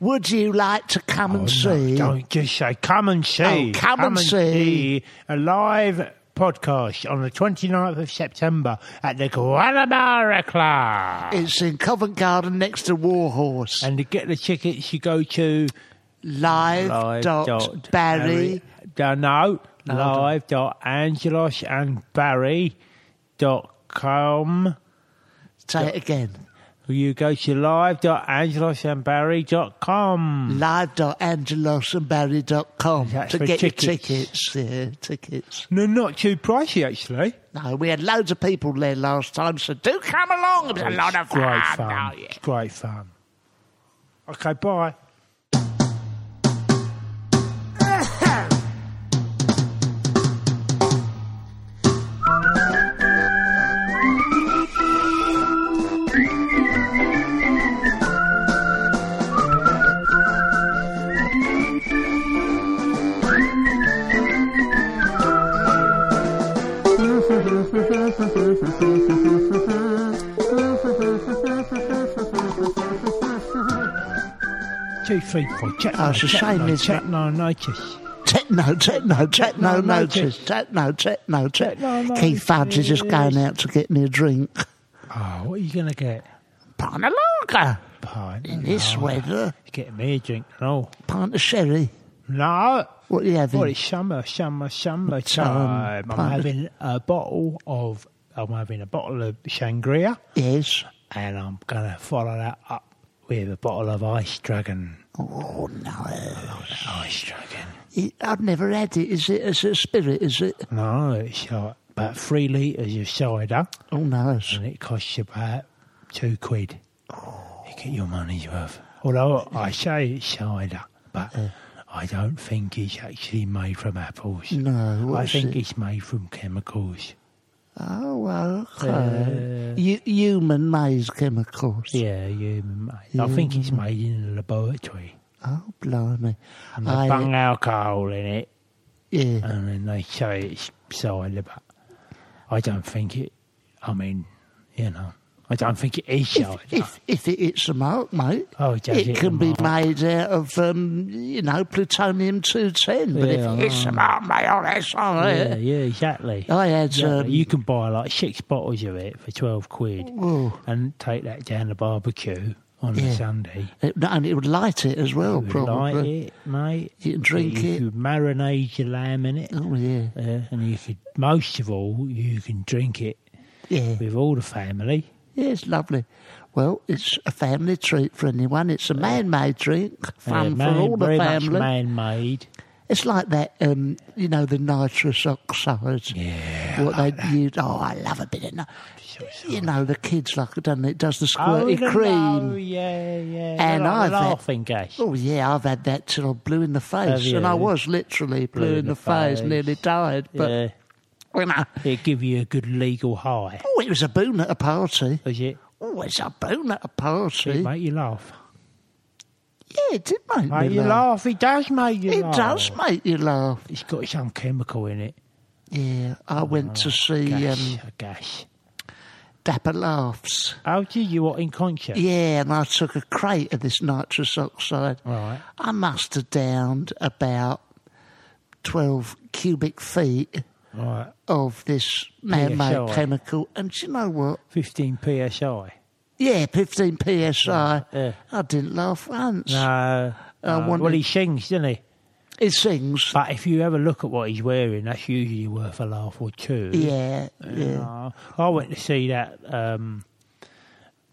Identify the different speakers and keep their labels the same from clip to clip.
Speaker 1: Would you like to come and see?
Speaker 2: Oh, Don't just say, come and see.
Speaker 1: Oh, come and see.
Speaker 2: a live podcast on the 29th of September at the Guanabara Club.
Speaker 1: It's in Covent Garden next to Warhorse.
Speaker 2: And to get the tickets, you go to
Speaker 1: live,
Speaker 2: live
Speaker 1: dot, Barry.
Speaker 2: Barry- No, live dot Angelos and Barry dot com.
Speaker 1: Say it again.
Speaker 2: You go to live dot Angelos and Barry dot com.
Speaker 1: Live dot Live.angelosandbarry.com
Speaker 2: Hmm. That's
Speaker 1: to
Speaker 2: for
Speaker 1: get your
Speaker 2: tickets.
Speaker 1: tickets. Yeah, tickets.
Speaker 2: No, not too pricey actually.
Speaker 1: No, we had loads of people there last time, so do come along. It was a lot of fun.
Speaker 2: Great fun.
Speaker 1: Oh, yeah.
Speaker 2: It's great fun. Okay, bye. Two, three, four. Check.
Speaker 1: Oh, it's a
Speaker 2: no, check
Speaker 1: shame,
Speaker 2: no,
Speaker 1: isn't
Speaker 2: check
Speaker 1: it?
Speaker 2: no notice.
Speaker 1: Techno, techno, techno
Speaker 2: Techno
Speaker 1: notice.
Speaker 2: notice.
Speaker 1: Techno, techno, techno.
Speaker 2: Techno
Speaker 1: Keith Fudge is just going out to get me a drink.
Speaker 2: Oh, what are you gonna get?
Speaker 1: Pint of lager.
Speaker 2: Pint.
Speaker 1: In this weather,
Speaker 2: Get me a drink. No.
Speaker 1: pint of sherry.
Speaker 2: No.
Speaker 1: What are you having?
Speaker 2: Well, it's summer, summer, summer time. I'm
Speaker 1: um, pint.
Speaker 2: having a bottle of. I'm having a bottle of sangria,
Speaker 1: yes.
Speaker 2: and I'm gonna follow that up with a bottle of ice dragon.
Speaker 1: Oh, no.
Speaker 2: Ice dragon.
Speaker 1: It- I've never had it. Is it as a spirit? Is it?
Speaker 2: No, it's like about three litres of cider,
Speaker 1: Oh, nice.
Speaker 2: and it costs you about two quid. You get your money's worth. Although I say it's cider, but I don't think it's actually made from apples.
Speaker 1: No, what
Speaker 2: I
Speaker 1: is
Speaker 2: think
Speaker 1: it?
Speaker 2: it's made from chemicals.
Speaker 1: Oh, well,
Speaker 2: Uh,
Speaker 1: okay. Hu- human maize chemicals.
Speaker 2: Yeah, you. Mate. I think it's made in a laboratory.
Speaker 1: Oh, blimey.
Speaker 2: And Uh, they
Speaker 1: I-
Speaker 2: bung alcohol in it,
Speaker 1: yeah.
Speaker 2: and then they say it's cider, but I don't think it. I mean, you know, I don't think it is cider.
Speaker 1: If, if, if it hits the mark, mate,
Speaker 2: Oh, does
Speaker 1: it
Speaker 2: it
Speaker 1: can be
Speaker 2: mark?
Speaker 1: made out of, um, you know, plutonium 210. But
Speaker 2: Yeah,
Speaker 1: if it hits the mark, mate, oh, that's all right.
Speaker 2: yeah, yeah, exactly.
Speaker 1: I had, um,
Speaker 2: you can buy like six bottles of it for twelve quid,
Speaker 1: Whoa.
Speaker 2: and take that down to barbecue on
Speaker 1: Yeah.
Speaker 2: a Sunday.
Speaker 1: It, no, and it would light it as well,
Speaker 2: You
Speaker 1: probably.
Speaker 2: light it, mate.
Speaker 1: You can drink
Speaker 2: you
Speaker 1: it.
Speaker 2: could marinate your lamb in it.
Speaker 1: Oh, yeah.
Speaker 2: Yeah, and you could, most of all, you can drink it
Speaker 1: Yeah.
Speaker 2: with all the family.
Speaker 1: Yeah, it's lovely. Well, it's a family treat for anyone. It's a man-made drink, fun
Speaker 2: Yeah, man-
Speaker 1: for all the
Speaker 2: very
Speaker 1: family.
Speaker 2: Much man-made.
Speaker 1: It's like that, um, you know, the nitrous oxide. Yeah. What they use. Oh, I love a bit of that. You know, the kids like it, doesn't it? It does the squirty
Speaker 2: the-
Speaker 1: cream.
Speaker 2: oh, yeah, yeah.
Speaker 1: And
Speaker 2: They're
Speaker 1: I've
Speaker 2: like
Speaker 1: had-
Speaker 2: laughing gas.
Speaker 1: Oh yeah, I've had that till I'm blue in the face,
Speaker 2: you?
Speaker 1: and I was literally blue, in the, face, nearly died. But
Speaker 2: yeah,
Speaker 1: you know,
Speaker 2: it give you a good legal high.
Speaker 1: oh, it was a boon at a party.
Speaker 2: Does it?
Speaker 1: Oh, it's a boon at a
Speaker 2: It
Speaker 1: party.
Speaker 2: make you laugh.
Speaker 1: yeah, it did make
Speaker 2: Make
Speaker 1: me
Speaker 2: you
Speaker 1: laugh.
Speaker 2: laugh. It does make you
Speaker 1: It
Speaker 2: laugh.
Speaker 1: does make you laugh.
Speaker 2: It's got some chemical in it.
Speaker 1: Yeah, I went to see
Speaker 2: Oh, Gas.
Speaker 1: um,
Speaker 2: a gas.
Speaker 1: Dapper Laughs.
Speaker 2: Oh, did you what in concert?
Speaker 1: Yeah, and I took a crate of this nitrous oxide.
Speaker 2: Right.
Speaker 1: I must have downed about 12 cubic feet
Speaker 2: Right.
Speaker 1: of this man made
Speaker 2: PSI.
Speaker 1: chemical. And do you know what?
Speaker 2: 15 psi.
Speaker 1: Yeah, 15 psi.
Speaker 2: Yeah.
Speaker 1: I didn't laugh once. I
Speaker 2: No. no.
Speaker 1: wondered-
Speaker 2: Uh, Well, he sings, doesn't he?
Speaker 1: It sings.
Speaker 2: But if you ever look at what he's wearing, that's usually worth a laugh or two.
Speaker 1: yeah, yeah.
Speaker 2: Uh, I went to see that um,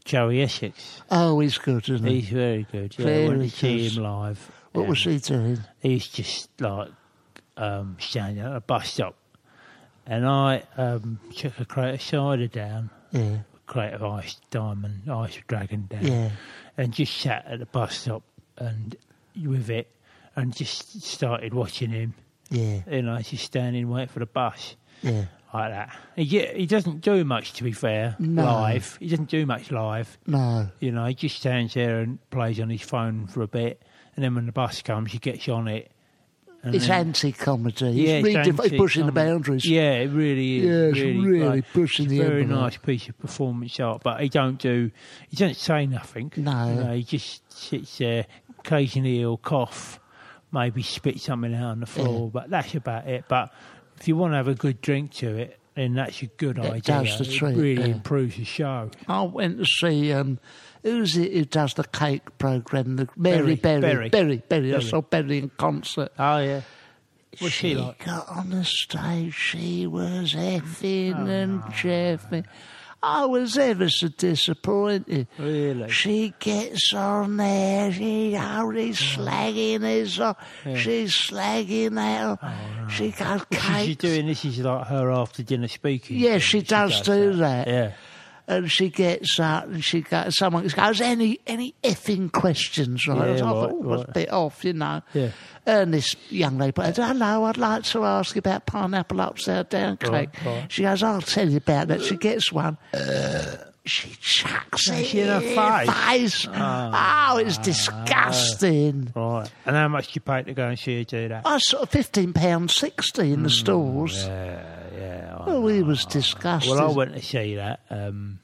Speaker 2: Joey Essex.
Speaker 1: Oh, he's good, isn't he?
Speaker 2: He's very good. Yeah, I
Speaker 1: Very
Speaker 2: went to see
Speaker 1: good.
Speaker 2: him live.
Speaker 1: What
Speaker 2: Um,
Speaker 1: was he doing?
Speaker 2: He's just like um, standing at a bus stop, and I um, took a crate of cider down.
Speaker 1: Yeah.
Speaker 2: crate of ice diamond, ice dragon down,
Speaker 1: Yeah.
Speaker 2: and just sat at the bus stop and with it, and just started watching him.
Speaker 1: Yeah.
Speaker 2: You know, just standing waiting for the bus.
Speaker 1: Yeah.
Speaker 2: Like that. He, ge- he doesn't do much, to be fair,
Speaker 1: No.
Speaker 2: live. He doesn't do much live.
Speaker 1: No.
Speaker 2: You know, he just stands there and plays on his phone for a bit, and then when the bus comes, he gets on it. and
Speaker 1: It's
Speaker 2: then-
Speaker 1: anti-comedy.
Speaker 2: Yeah,
Speaker 1: it's really diff-
Speaker 2: antique,
Speaker 1: pushing the
Speaker 2: isn't it?
Speaker 1: boundaries.
Speaker 2: Yeah, it really is.
Speaker 1: Yeah, it's really
Speaker 2: great.
Speaker 1: pushing
Speaker 2: It's a
Speaker 1: the
Speaker 2: Very
Speaker 1: envelope.
Speaker 2: nice piece of performance art, but he don't do. He doesn't say nothing.
Speaker 1: No.
Speaker 2: You know, he just sits there. Occasionally, he'll cough, maybe spit something out on the floor, but that's about it. But if you want to have a good drink to it, then that's a good idea.
Speaker 1: It does the
Speaker 2: it
Speaker 1: trick,
Speaker 2: really
Speaker 1: yeah.
Speaker 2: improves the show.
Speaker 1: I went to see um, who's it who does the cake program? The Mary
Speaker 2: Berry,
Speaker 1: Berry,
Speaker 2: Berry.
Speaker 1: Berry, Berry. I
Speaker 2: Berry.
Speaker 1: saw Berry in concert.
Speaker 2: Oh yeah. What's she, like?
Speaker 1: got on the stage. She was effing
Speaker 2: Oh,
Speaker 1: and jeffing. I was ever so disappointed.
Speaker 2: Really?
Speaker 1: She gets on there. She already slagging this off. She's slagging that
Speaker 2: Oh,
Speaker 1: off. She got
Speaker 2: She's
Speaker 1: cake.
Speaker 2: doing this is like her after dinner speaking.
Speaker 1: Yeah,
Speaker 2: thing.
Speaker 1: she does do that.
Speaker 2: Yeah.
Speaker 1: and she gets up and she goes, someone goes, any any effing questions, right?
Speaker 2: Yeah,
Speaker 1: I
Speaker 2: right,
Speaker 1: thought, oh, that's
Speaker 2: right.
Speaker 1: a bit off, you know.
Speaker 2: Yeah.
Speaker 1: And this young lady, put, hello, I'd like to ask you about pineapple upside down cake.
Speaker 2: Right, right.
Speaker 1: She goes, I'll tell you about that. She gets one. She chucks it
Speaker 2: she in her
Speaker 1: her
Speaker 2: face? Ah.
Speaker 1: face. Oh, it's disgusting.
Speaker 2: Right. And how much do you pay to go and see her do that?
Speaker 1: I saw fifteen pound sixty in the stores.
Speaker 2: Hmm, Yeah, yeah. I
Speaker 1: Oh,
Speaker 2: know.
Speaker 1: he was disgusting.
Speaker 2: well, I went to see that um,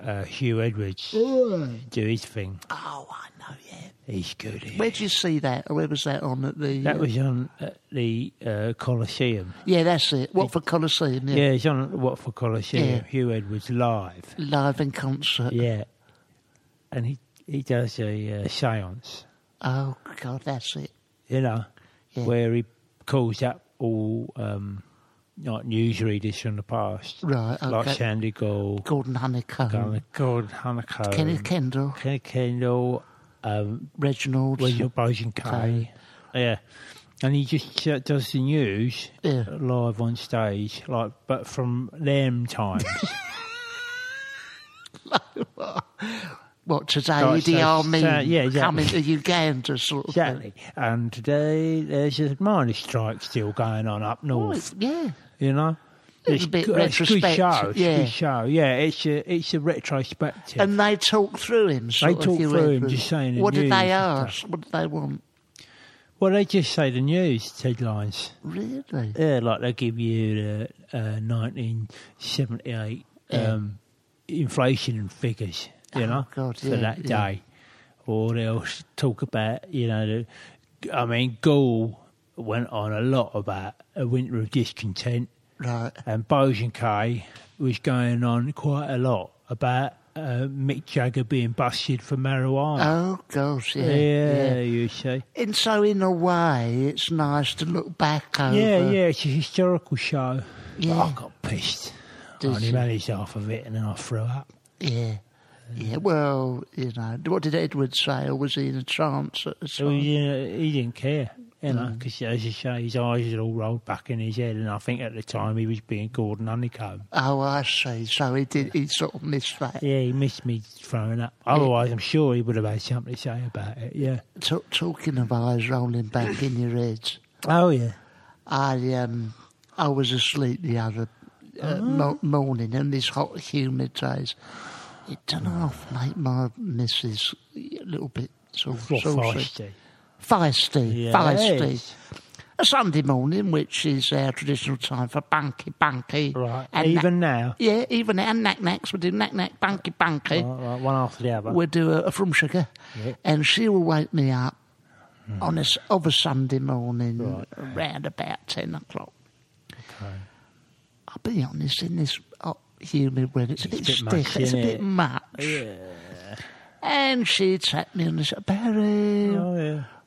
Speaker 2: uh, Hugh Edwards do his thing.
Speaker 1: oh, I know, yeah.
Speaker 2: He's good. he-
Speaker 1: Where would you see that? Where was that on at the?
Speaker 2: That
Speaker 1: uh,
Speaker 2: was on at the uh, Coliseum.
Speaker 1: Yeah, that's it. Watford Coliseum, yeah.
Speaker 2: Yeah, it's on at the Watford Coliseum.
Speaker 1: Yeah.
Speaker 2: Hugh Edwards live.
Speaker 1: Live in concert.
Speaker 2: Yeah, and he he does a uh, séance.
Speaker 1: Oh, God, that's it.
Speaker 2: you know,
Speaker 1: Yeah.
Speaker 2: where he calls up all um, like newsreaders from the past,
Speaker 1: Right,
Speaker 2: Like
Speaker 1: okay.
Speaker 2: Sandy Gold,
Speaker 1: Gordon Honeycomb,
Speaker 2: Gordon, Gordon Honeycomb,
Speaker 1: Kenny Kendall,
Speaker 2: Kenny Kendall, um,
Speaker 1: Reginald.
Speaker 2: William Bosanquet,
Speaker 1: Kay.
Speaker 2: yeah, and he just uh, does the news
Speaker 1: Yeah.
Speaker 2: live on stage, like but from them times,
Speaker 1: What, today,
Speaker 2: Right,
Speaker 1: Idi
Speaker 2: so-
Speaker 1: Amin
Speaker 2: so, yeah, exactly.
Speaker 1: coming to Uganda, sort of
Speaker 2: exactly. And today there's a miners' strike still going on up north.
Speaker 1: thing. Oh, Yeah.
Speaker 2: you know.
Speaker 1: It's a bit
Speaker 2: good, it's good
Speaker 1: retrospective,
Speaker 2: show. It's
Speaker 1: yeah.
Speaker 2: good show. Yeah, it's a it's a retrospective.
Speaker 1: And they talk through him. Sort of,
Speaker 2: talk
Speaker 1: if you
Speaker 2: through
Speaker 1: read
Speaker 2: him,
Speaker 1: through.
Speaker 2: just saying the
Speaker 1: What did
Speaker 2: news and
Speaker 1: they
Speaker 2: stuff.
Speaker 1: ask? What did they want?
Speaker 2: well, they just say the news headlines.
Speaker 1: Really?
Speaker 2: Yeah, like they give you the uh, 1978 um, inflation figures. You
Speaker 1: Oh,
Speaker 2: know,
Speaker 1: God,
Speaker 2: for
Speaker 1: yeah,
Speaker 2: that
Speaker 1: yeah.
Speaker 2: day, or they'll s- talk about you know, the, I mean, Gaul went on a lot about a winter of discontent.
Speaker 1: Right.
Speaker 2: and Bojankai was going on quite a lot about uh, Mick Jagger being busted for marijuana.
Speaker 1: Oh, gosh, yeah.
Speaker 2: yeah,
Speaker 1: yeah.
Speaker 2: you see.
Speaker 1: And so, in a way, it's nice to look back over.
Speaker 2: Yeah, yeah, it's a historical show.
Speaker 1: Yeah.
Speaker 2: I got pissed.
Speaker 1: Did
Speaker 2: I only
Speaker 1: you?
Speaker 2: managed half of it and then I threw up.
Speaker 1: Yeah. Yeah, well, you know, what did Edward say? Or was he in a trance at the
Speaker 2: So
Speaker 1: time?
Speaker 2: he, didn't- Oh, he didn't care, you know, because as you say, his eyes had all rolled back in his head. And I think at the time he was being Gordon Honeycomb.
Speaker 1: Oh, I see. So he did. He sort of missed that.
Speaker 2: Yeah, he missed me throwing up. Otherwise, I'm sure he would have had something to say about it, yeah.
Speaker 1: Ta- talking of eyes rolling back in your head,
Speaker 2: Oh, yeah.
Speaker 1: I um, I was asleep the other
Speaker 2: Ah.
Speaker 1: uh, mo- morning in these hot, humid days. It done half make my missus a little bit sort of
Speaker 2: Well,
Speaker 1: saucy.
Speaker 2: feisty.
Speaker 1: feisty,
Speaker 2: Yes.
Speaker 1: feisty. A Sunday morning, which is our traditional time for bunky, bunky,
Speaker 2: Right.
Speaker 1: na-
Speaker 2: Even now?
Speaker 1: yeah, even now, and knack knacks. We do knack knack, bunky, bunky.
Speaker 2: Right, right, one after the other.
Speaker 1: We'd do a, a from sugar, and she will wake me up on a, s- of a Sunday morning around about 10 o'clock. I'll be honest, in this hot, humid weather, it's, a bit,
Speaker 2: bit
Speaker 1: stiff,
Speaker 2: much,
Speaker 1: it's a
Speaker 2: isn't
Speaker 1: bit
Speaker 2: it?
Speaker 1: much. And she tapped me on the shoulder, Barry,
Speaker 2: Oh,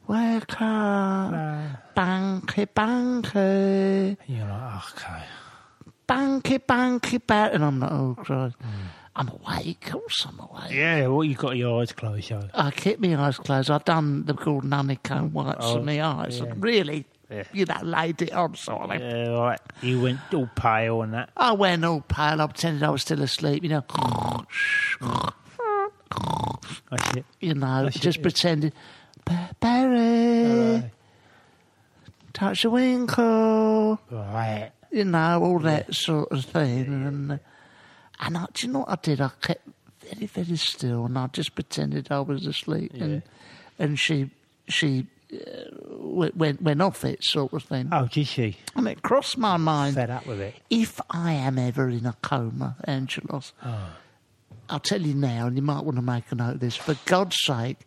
Speaker 2: yeah.
Speaker 1: wake up, bunky, bunky.
Speaker 2: And You're like, "Oh, okay.
Speaker 1: Banky, banky, bank. And I'm like, oh, Christ. I'm awake. Of course I'm awake.
Speaker 2: Hmm. Yeah, well, you've got your eyes closed, so. Oh,
Speaker 1: I kept my eyes closed. I'd done the Gordon Honeycomb wipes on my eyes. And really You know, laid it on, sort of.
Speaker 2: Yeah, all right. You went all pale and that.
Speaker 1: I went all pale. I pretended I was still asleep, you know.
Speaker 2: That's it.
Speaker 1: You know,
Speaker 2: That's
Speaker 1: just
Speaker 2: it.
Speaker 1: pretending. "Ba- Barry, touch the winkle.
Speaker 2: Right.
Speaker 1: you know, all that sort of thing. And uh, and I, do you know what I did? I kept very, very still, and I just pretended I was asleep. And and she she uh, w- went went off it sort of thing.
Speaker 2: Oh, did she?
Speaker 1: And it crossed my mind.
Speaker 2: Fed up with it.
Speaker 1: If I am ever in a coma, Angelos,
Speaker 2: Oh.
Speaker 1: I'll tell you now, and you might want to make a note of this. For God's sake,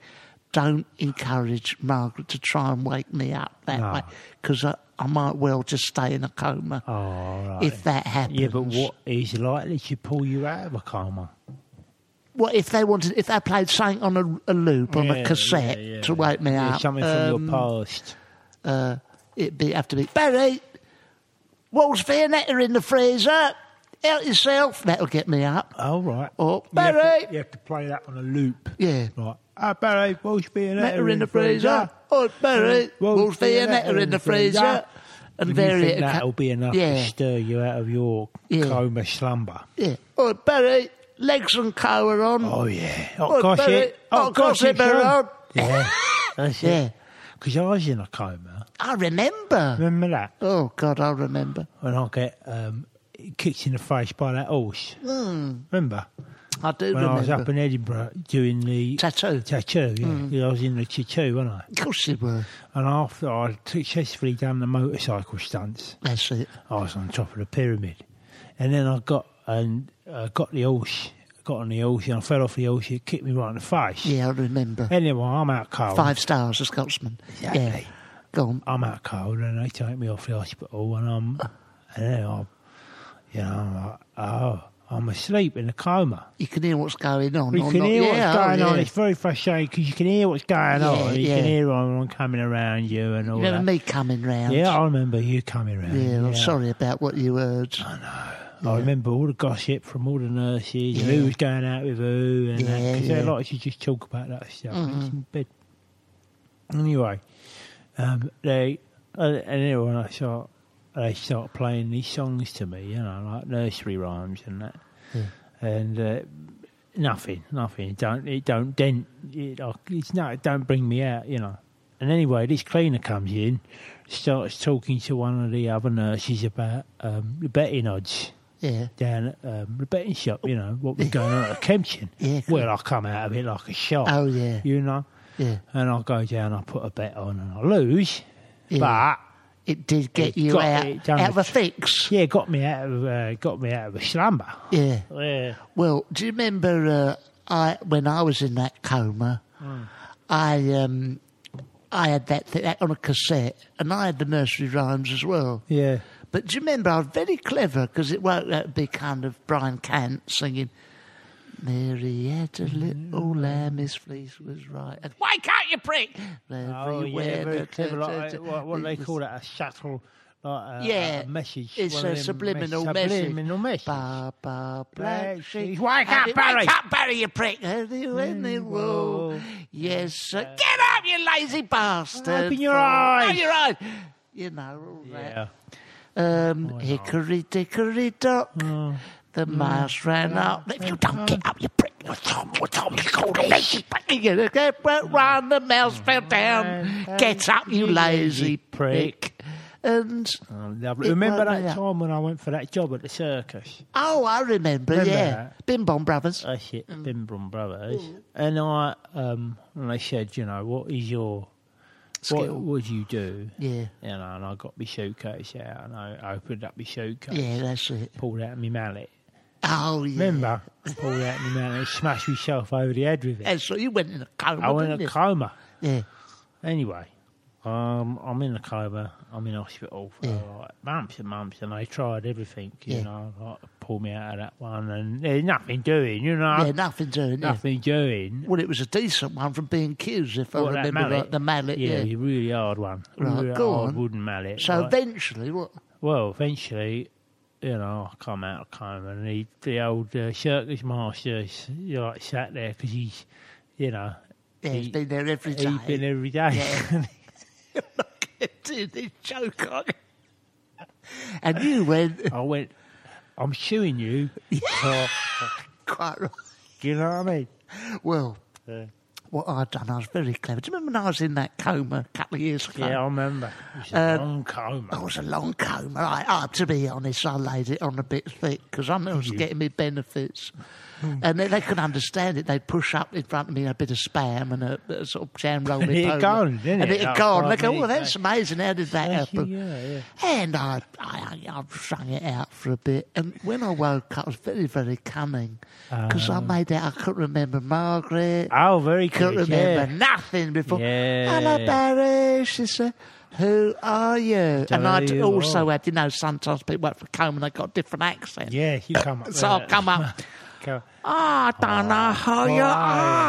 Speaker 1: don't encourage Margaret to try and wake me up that
Speaker 2: No.
Speaker 1: way, because I, I might well just stay in a coma
Speaker 2: Oh, all right.
Speaker 1: if that happens.
Speaker 2: yeah, but what is likely to pull you out of a coma?
Speaker 1: What if they wanted? If they played something on a, a loop on
Speaker 2: Yeah,
Speaker 1: a cassette
Speaker 2: yeah, yeah.
Speaker 1: to wake me
Speaker 2: Yeah,
Speaker 1: up?
Speaker 2: something
Speaker 1: um,
Speaker 2: from your past.
Speaker 1: It'd be have to be Barry. Walls Vianetta in the freezer. Help yourself. That'll get me up.
Speaker 2: All right.
Speaker 1: Or
Speaker 2: You have to-
Speaker 1: Oh, Barry.
Speaker 2: You have to play that on a loop.
Speaker 1: Yeah.
Speaker 2: Right. Ah, Barry, Walsh being
Speaker 1: Vianetta in the freezer. Oh, Barry.
Speaker 2: Walls
Speaker 1: Walls Vianetta in the freezer. And there
Speaker 2: you
Speaker 1: it
Speaker 2: think that'll be enough to
Speaker 1: Yeah.
Speaker 2: stir you out of your
Speaker 1: Yeah.
Speaker 2: coma slumber.
Speaker 1: Yeah. Oh, Barry. Legs and co are on.
Speaker 2: Oh yeah.
Speaker 1: Oh, Barry. Oh, gosh, it, Barry.
Speaker 2: Sean. Yeah. That's
Speaker 1: Yeah.
Speaker 2: it. Because I was in a coma.
Speaker 1: I remember.
Speaker 2: Remember that?
Speaker 1: Oh God, I remember.
Speaker 2: When I get um, kicked in the face by that horse. Remember?
Speaker 1: I do
Speaker 2: When I was
Speaker 1: Hmm. remember.
Speaker 2: up in Edinburgh doing the
Speaker 1: Tattoo. Hmm.
Speaker 2: Tattoo, yeah. Yeah, I was in the tattoo, wasn't I?
Speaker 1: of course you were.
Speaker 2: And after I'd successfully done the motorcycle stunts,
Speaker 1: That's it.
Speaker 2: I was on top of the pyramid. And then I got and uh, got the horse, got on the horse, and I fell off the horse. It kicked me right in the face.
Speaker 1: Yeah, I remember.
Speaker 2: Anyway, I'm out cold.
Speaker 1: Five stars, a Scotsman. Yeah.
Speaker 2: Exactly.
Speaker 1: Go on.
Speaker 2: I'm out cold, and they take me off the hospital, and I'm, and then I'm, you know, I'm like, oh, I'm asleep in a coma.
Speaker 1: You can hear what's going on.
Speaker 2: You
Speaker 1: or
Speaker 2: can
Speaker 1: not.
Speaker 2: hear
Speaker 1: Yeah,
Speaker 2: what's
Speaker 1: oh,
Speaker 2: going on.
Speaker 1: yeah.
Speaker 2: It's very frustrating because you can hear what's going
Speaker 1: Yeah,
Speaker 2: on. You
Speaker 1: yeah.
Speaker 2: can hear everyone coming around you and all
Speaker 1: You remember
Speaker 2: that.
Speaker 1: me coming round?
Speaker 2: Yeah, I remember you coming round.
Speaker 1: Yeah, I'm sorry about what you heard.
Speaker 2: I remember all the gossip from all the nurses and
Speaker 1: Yeah.
Speaker 2: who was going out with who and that.
Speaker 1: Yeah,
Speaker 2: 'Cause
Speaker 1: yeah.
Speaker 2: they like to just talk about that stuff. It's in bed. Anyway, um, they uh, and everyone I saw, they start playing these songs to me, you know, like nursery rhymes and that, and uh, nothing, nothing. It don't it don't dent. It, I- it's not. It don't bring me out, you know. And anyway, this cleaner comes in, starts talking to one of the other nurses about um, the betting odds
Speaker 1: Yeah.
Speaker 2: down at um, the betting shop, you know, what was going on at Kempton.
Speaker 1: Yeah.
Speaker 2: Well, I come out of it like a shot.
Speaker 1: Oh, yeah.
Speaker 2: You know?
Speaker 1: Yeah.
Speaker 2: And I go down, I put a bet on and I lose.
Speaker 1: Yeah. It did get
Speaker 2: It
Speaker 1: you
Speaker 2: got
Speaker 1: out,
Speaker 2: it done.
Speaker 1: out of a fix.
Speaker 2: But yeah, got me out of uh, got me out of a slumber.
Speaker 1: Yeah.
Speaker 2: Yeah.
Speaker 1: Well, do you remember uh, I when I was in that coma,
Speaker 2: Hmm.
Speaker 1: I um, I had that, th- that on a cassette, and I had the nursery rhymes as well.
Speaker 2: Yeah.
Speaker 1: But do you remember, I was very clever because it won't that would be kind of Brian Cant singing, Mary had a little lamb, his fleece was right. And, Mm-hmm. Why can't you prick?
Speaker 2: Oh, yeah,
Speaker 1: Everywhere
Speaker 2: very
Speaker 1: the-
Speaker 2: clever. Like,
Speaker 1: the-
Speaker 2: uh, what, what do they
Speaker 1: it
Speaker 2: call
Speaker 1: was-
Speaker 2: it? A shuttle, like a,
Speaker 1: Yeah,
Speaker 2: a message.
Speaker 1: It's
Speaker 2: one of
Speaker 1: a
Speaker 2: them
Speaker 1: subliminal
Speaker 2: mess-
Speaker 1: message.
Speaker 2: Subliminal message.
Speaker 1: Ba, ba,
Speaker 2: Black
Speaker 1: black
Speaker 2: sheep.
Speaker 1: sheep.
Speaker 2: Wake up,
Speaker 1: Wake
Speaker 2: Barry. Mm,
Speaker 1: up, Barry, you prick. Early when they woke. Yes, sir. Get up, you lazy bastard.
Speaker 2: uh, Open your
Speaker 1: For-
Speaker 2: eyes.
Speaker 1: Open your eyes. You know, all that.
Speaker 2: yeah. Oh,
Speaker 1: Um, hickory dickory dock. The
Speaker 2: Mm.
Speaker 1: mouse ran up. If you don't get up, you prick. What's Tom? What's Tom? You call the lazy prick. You gotta get wet round. The mouse fell down. Get up, you lazy prick. And
Speaker 2: Oh, lovely.
Speaker 1: It
Speaker 2: Remember
Speaker 1: worked
Speaker 2: that
Speaker 1: me out.
Speaker 2: time when I went for that job at the circus?
Speaker 1: oh, I remember.
Speaker 2: Remember
Speaker 1: yeah,
Speaker 2: that? Uh,
Speaker 1: Bim Bom Brothers.
Speaker 2: I shit
Speaker 1: Mm.
Speaker 2: Bimbrum Brothers. And I um and they said, you know, what is your what
Speaker 1: Skill.
Speaker 2: would you do?
Speaker 1: Yeah.
Speaker 2: You know, and I got my suitcase out and I opened up my suitcase.
Speaker 1: Yeah, that's it.
Speaker 2: Pulled out my mallet.
Speaker 1: Oh, yeah.
Speaker 2: Remember? pulled out my mallet and smashed myself over the head with it.
Speaker 1: That's right. You went in a coma.
Speaker 2: I went
Speaker 1: didn't
Speaker 2: in a
Speaker 1: you?
Speaker 2: coma.
Speaker 1: Yeah.
Speaker 2: Anyway, um, I'm in a coma. I'm in hospital for
Speaker 1: Yeah.
Speaker 2: like months and months, and they tried everything, you
Speaker 1: Yeah.
Speaker 2: know, like pull me out of that one, and there's nothing doing, you know,
Speaker 1: yeah, nothing doing. Nothing.
Speaker 2: nothing doing.
Speaker 1: Well, it was a decent one from being Q's, if I
Speaker 2: What, that
Speaker 1: Oh, remember right. The mallet.
Speaker 2: yeah,
Speaker 1: Yeah.
Speaker 2: a really hard one,
Speaker 1: Right,
Speaker 2: really
Speaker 1: go
Speaker 2: hard
Speaker 1: on.
Speaker 2: wooden mallet.
Speaker 1: So
Speaker 2: right?
Speaker 1: eventually, what?
Speaker 2: well, eventually, you know, I come out of coma, and he, the old uh, circus master, s- you know, like sat there because he's, you know,
Speaker 1: Yeah, he's
Speaker 2: he-
Speaker 1: been there every day.
Speaker 2: he's been every day.
Speaker 1: Yeah. doing this joke on you. And you went,
Speaker 2: I went, I'm suing you. for-
Speaker 1: quite right.
Speaker 2: do you know what I mean?
Speaker 1: Well, what I'd done, I was very clever. Do you remember when I was in that coma a couple of years ago?
Speaker 2: Yeah, I remember. It's a
Speaker 1: Um,
Speaker 2: long coma.
Speaker 1: I was a long coma. I, I, to be honest, I laid it on a bit thick because I was
Speaker 2: Mm-hmm.
Speaker 1: getting me benefits. And they, they could understand it. They'd push up in front of me a bit of spam and a, a sort of jam roll.
Speaker 2: And it
Speaker 1: Napoleon.
Speaker 2: had gone, didn't
Speaker 1: And
Speaker 2: it? Oh,
Speaker 1: it had
Speaker 2: Like
Speaker 1: gone. They
Speaker 2: five
Speaker 1: go, well,
Speaker 2: minutes,
Speaker 1: that's
Speaker 2: like-
Speaker 1: amazing. How did that
Speaker 2: Yeah,
Speaker 1: happen?
Speaker 2: yeah.
Speaker 1: And I, I, I, I sung it out for a bit. And when I woke up, I was very, very cunning because
Speaker 2: Ah.
Speaker 1: I made out I couldn't remember Margaret.
Speaker 2: Oh, very
Speaker 1: couldn't
Speaker 2: good.
Speaker 1: remember
Speaker 2: Yeah.
Speaker 1: nothing before.
Speaker 2: Yeah.
Speaker 1: Hello, Barry. She said, Who are you?
Speaker 2: Don't
Speaker 1: and I
Speaker 2: know who you
Speaker 1: also
Speaker 2: are.
Speaker 1: had, you know, sometimes people work for Combe and they got a different accent.
Speaker 2: Yeah, you come up.
Speaker 1: So I'll
Speaker 2: with
Speaker 1: come
Speaker 2: it.
Speaker 1: up, "Ah,
Speaker 2: Go-
Speaker 1: I don't know who you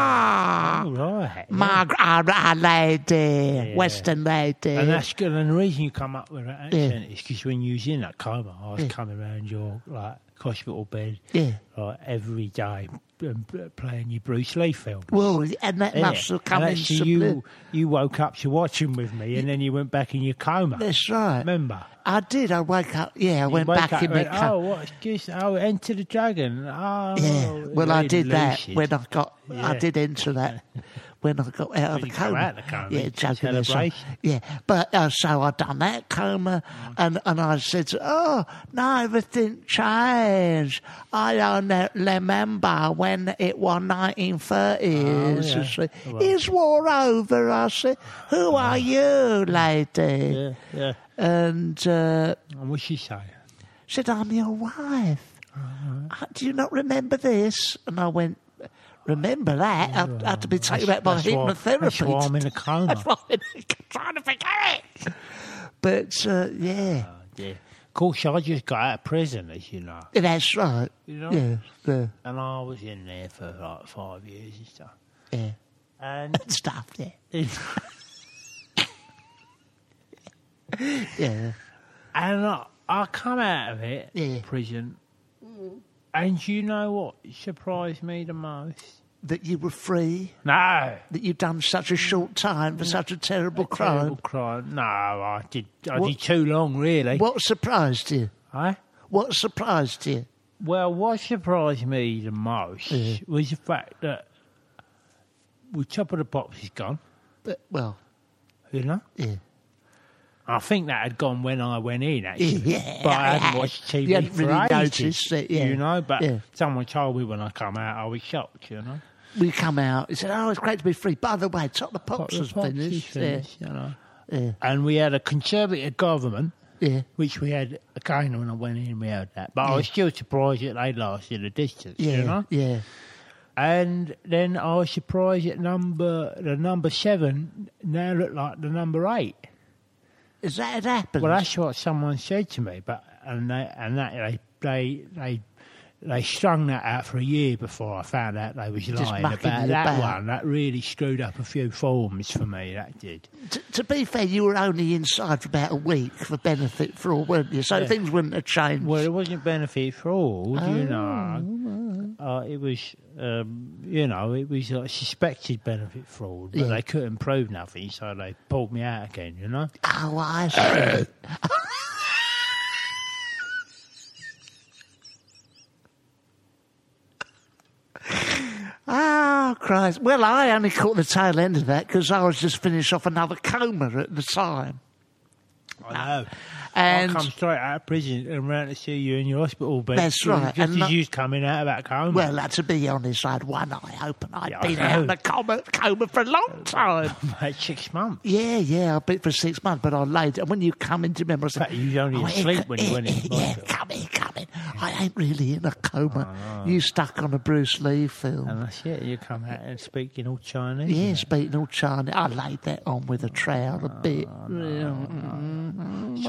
Speaker 1: are.
Speaker 2: All right. Ah, Oh, yeah.
Speaker 1: Margaret, a lady, Western lady.
Speaker 2: And that's good. And the reason you come up with that
Speaker 1: Yeah.
Speaker 2: accent is because when you was in that coma, I was
Speaker 1: Yeah.
Speaker 2: coming around your like hospital bed,
Speaker 1: Yeah.
Speaker 2: like every day, and p- playing your Bruce Lee film.
Speaker 1: well, and that
Speaker 2: innit?
Speaker 1: must have come
Speaker 2: and
Speaker 1: in
Speaker 2: actually
Speaker 1: some
Speaker 2: you you woke up to watching with me, and then you went back in your coma.
Speaker 1: That's right.
Speaker 2: Remember?
Speaker 1: I did. I woke up. Yeah, I
Speaker 2: You
Speaker 1: went
Speaker 2: woke
Speaker 1: back
Speaker 2: up
Speaker 1: in
Speaker 2: and
Speaker 1: the
Speaker 2: went,
Speaker 1: car.
Speaker 2: Oh, what? Excuse, oh, Enter the Dragon. Oh,
Speaker 1: yeah. Well, I
Speaker 2: really
Speaker 1: did that
Speaker 2: lucid.
Speaker 1: when I got. I
Speaker 2: Yeah.
Speaker 1: did enter that when I got out of
Speaker 2: When
Speaker 1: the
Speaker 2: you got
Speaker 1: coma.
Speaker 2: out of the coma,
Speaker 1: Yeah,
Speaker 2: it's a
Speaker 1: joking aside.
Speaker 2: celebration. Mm.
Speaker 1: Yeah, but uh, so I done that coma, and and I said, oh no, everything changed. I don't uh, remember when it was nineteen thirties.
Speaker 2: Oh, yeah. Right.
Speaker 1: Is war over? I said, who are you, lady?
Speaker 2: Yeah, yeah.
Speaker 1: And. Uh,
Speaker 2: And what's she say?
Speaker 1: said, I'm your wife.
Speaker 2: Uh-huh.
Speaker 1: Uh, Do you not remember this? And I went, Remember that? I, I had to be taken back by
Speaker 2: That's why-
Speaker 1: hypnotherapy.
Speaker 2: That's why I'm in a coma.
Speaker 1: That's why I'm in- trying to forget it. But uh, yeah,
Speaker 2: Yeah. Of course, I just got out of prison, as you know.
Speaker 1: that's right.
Speaker 2: You know?
Speaker 1: Yeah, yeah,
Speaker 2: And I was in there for like five years and stuff.
Speaker 1: yeah.
Speaker 2: And
Speaker 1: Stuff, yeah.
Speaker 2: and
Speaker 1: Yeah,
Speaker 2: I, I come out of it,
Speaker 1: Yeah.
Speaker 2: prison. And you know what surprised me the most?
Speaker 1: that you were free,
Speaker 2: No.
Speaker 1: that you'd done such a short time for such a terrible crime.
Speaker 2: Terrible crime. No, I did. I
Speaker 1: What-
Speaker 2: did too long, really.
Speaker 1: What surprised you?
Speaker 2: Huh?
Speaker 1: What surprised you?
Speaker 2: Well, what surprised me the most was the fact that the top of the box is gone.
Speaker 1: But, well,
Speaker 2: You know.
Speaker 1: yeah.
Speaker 2: I think that had gone when I went in, actually.
Speaker 1: Yeah.
Speaker 2: But I hadn't watched TV
Speaker 1: You hadn't
Speaker 2: for
Speaker 1: really
Speaker 2: ages,
Speaker 1: noticed it, yeah.
Speaker 2: You know, but
Speaker 1: Yeah.
Speaker 2: someone told me when I come out, I was shocked, you know.
Speaker 1: we come out. He said, "Oh, it's great to be free." By the way, top of the pops
Speaker 2: The
Speaker 1: has
Speaker 2: Fox is
Speaker 1: finished.
Speaker 2: finished, you know. And we had a conservative government,
Speaker 1: Yeah,
Speaker 2: which we had again when I went in, we had that. But I was still surprised that they lasted a distance,
Speaker 1: yeah,
Speaker 2: you know.
Speaker 1: yeah,
Speaker 2: And then I was surprised that number the number seven now looked like the number eight.
Speaker 1: Is that had happened?
Speaker 2: Well, that's what someone said to me, but and they, and that they they they they strung that out for a year before I found out they was lying
Speaker 1: mucking
Speaker 2: about
Speaker 1: you
Speaker 2: that
Speaker 1: about.
Speaker 2: one. That really screwed up a few forms for me. That did.
Speaker 1: T- to be fair, you were only inside for about a week for benefit for all, weren't you? So things wouldn't have changed.
Speaker 2: Well, it wasn't benefit for all, you know. Uh, it was, um, you know, it was like suspected benefit fraud, but
Speaker 1: Yeah.
Speaker 2: they couldn't prove nothing, so they pulled me out again. You know.
Speaker 1: oh, I see. Oh, Christ. Well, I only caught the tail end of that because I was just finished off another coma at the time.
Speaker 2: I know.
Speaker 1: And
Speaker 2: I come straight out of prison and round to see you in your hospital bed.
Speaker 1: That's right,
Speaker 2: Just
Speaker 1: and
Speaker 2: as
Speaker 1: not-
Speaker 2: you coming out of that coma.
Speaker 1: Well, uh, to be honest, I had one eye open. i had
Speaker 2: Hmm. Yeah, I
Speaker 1: been out in
Speaker 2: know.
Speaker 1: a coma, coma for a long time.
Speaker 2: Mate, six months.
Speaker 1: Yeah, yeah, I've been for six months, but I laid. And when you come into memory, I said, "Oh,
Speaker 2: fact, you was only
Speaker 1: here
Speaker 2: asleep
Speaker 1: co-
Speaker 2: when you
Speaker 1: here-
Speaker 2: went in the
Speaker 1: Yeah,
Speaker 2: hospital."
Speaker 1: come in, come in. I ain't really in a coma. You stuck on a Bruce Lee film.
Speaker 2: Ah. And that's it. You come out and speak in all Chinese.
Speaker 1: yeah, speaking all China, I laid that on with a trowel a bit.
Speaker 2: Ah,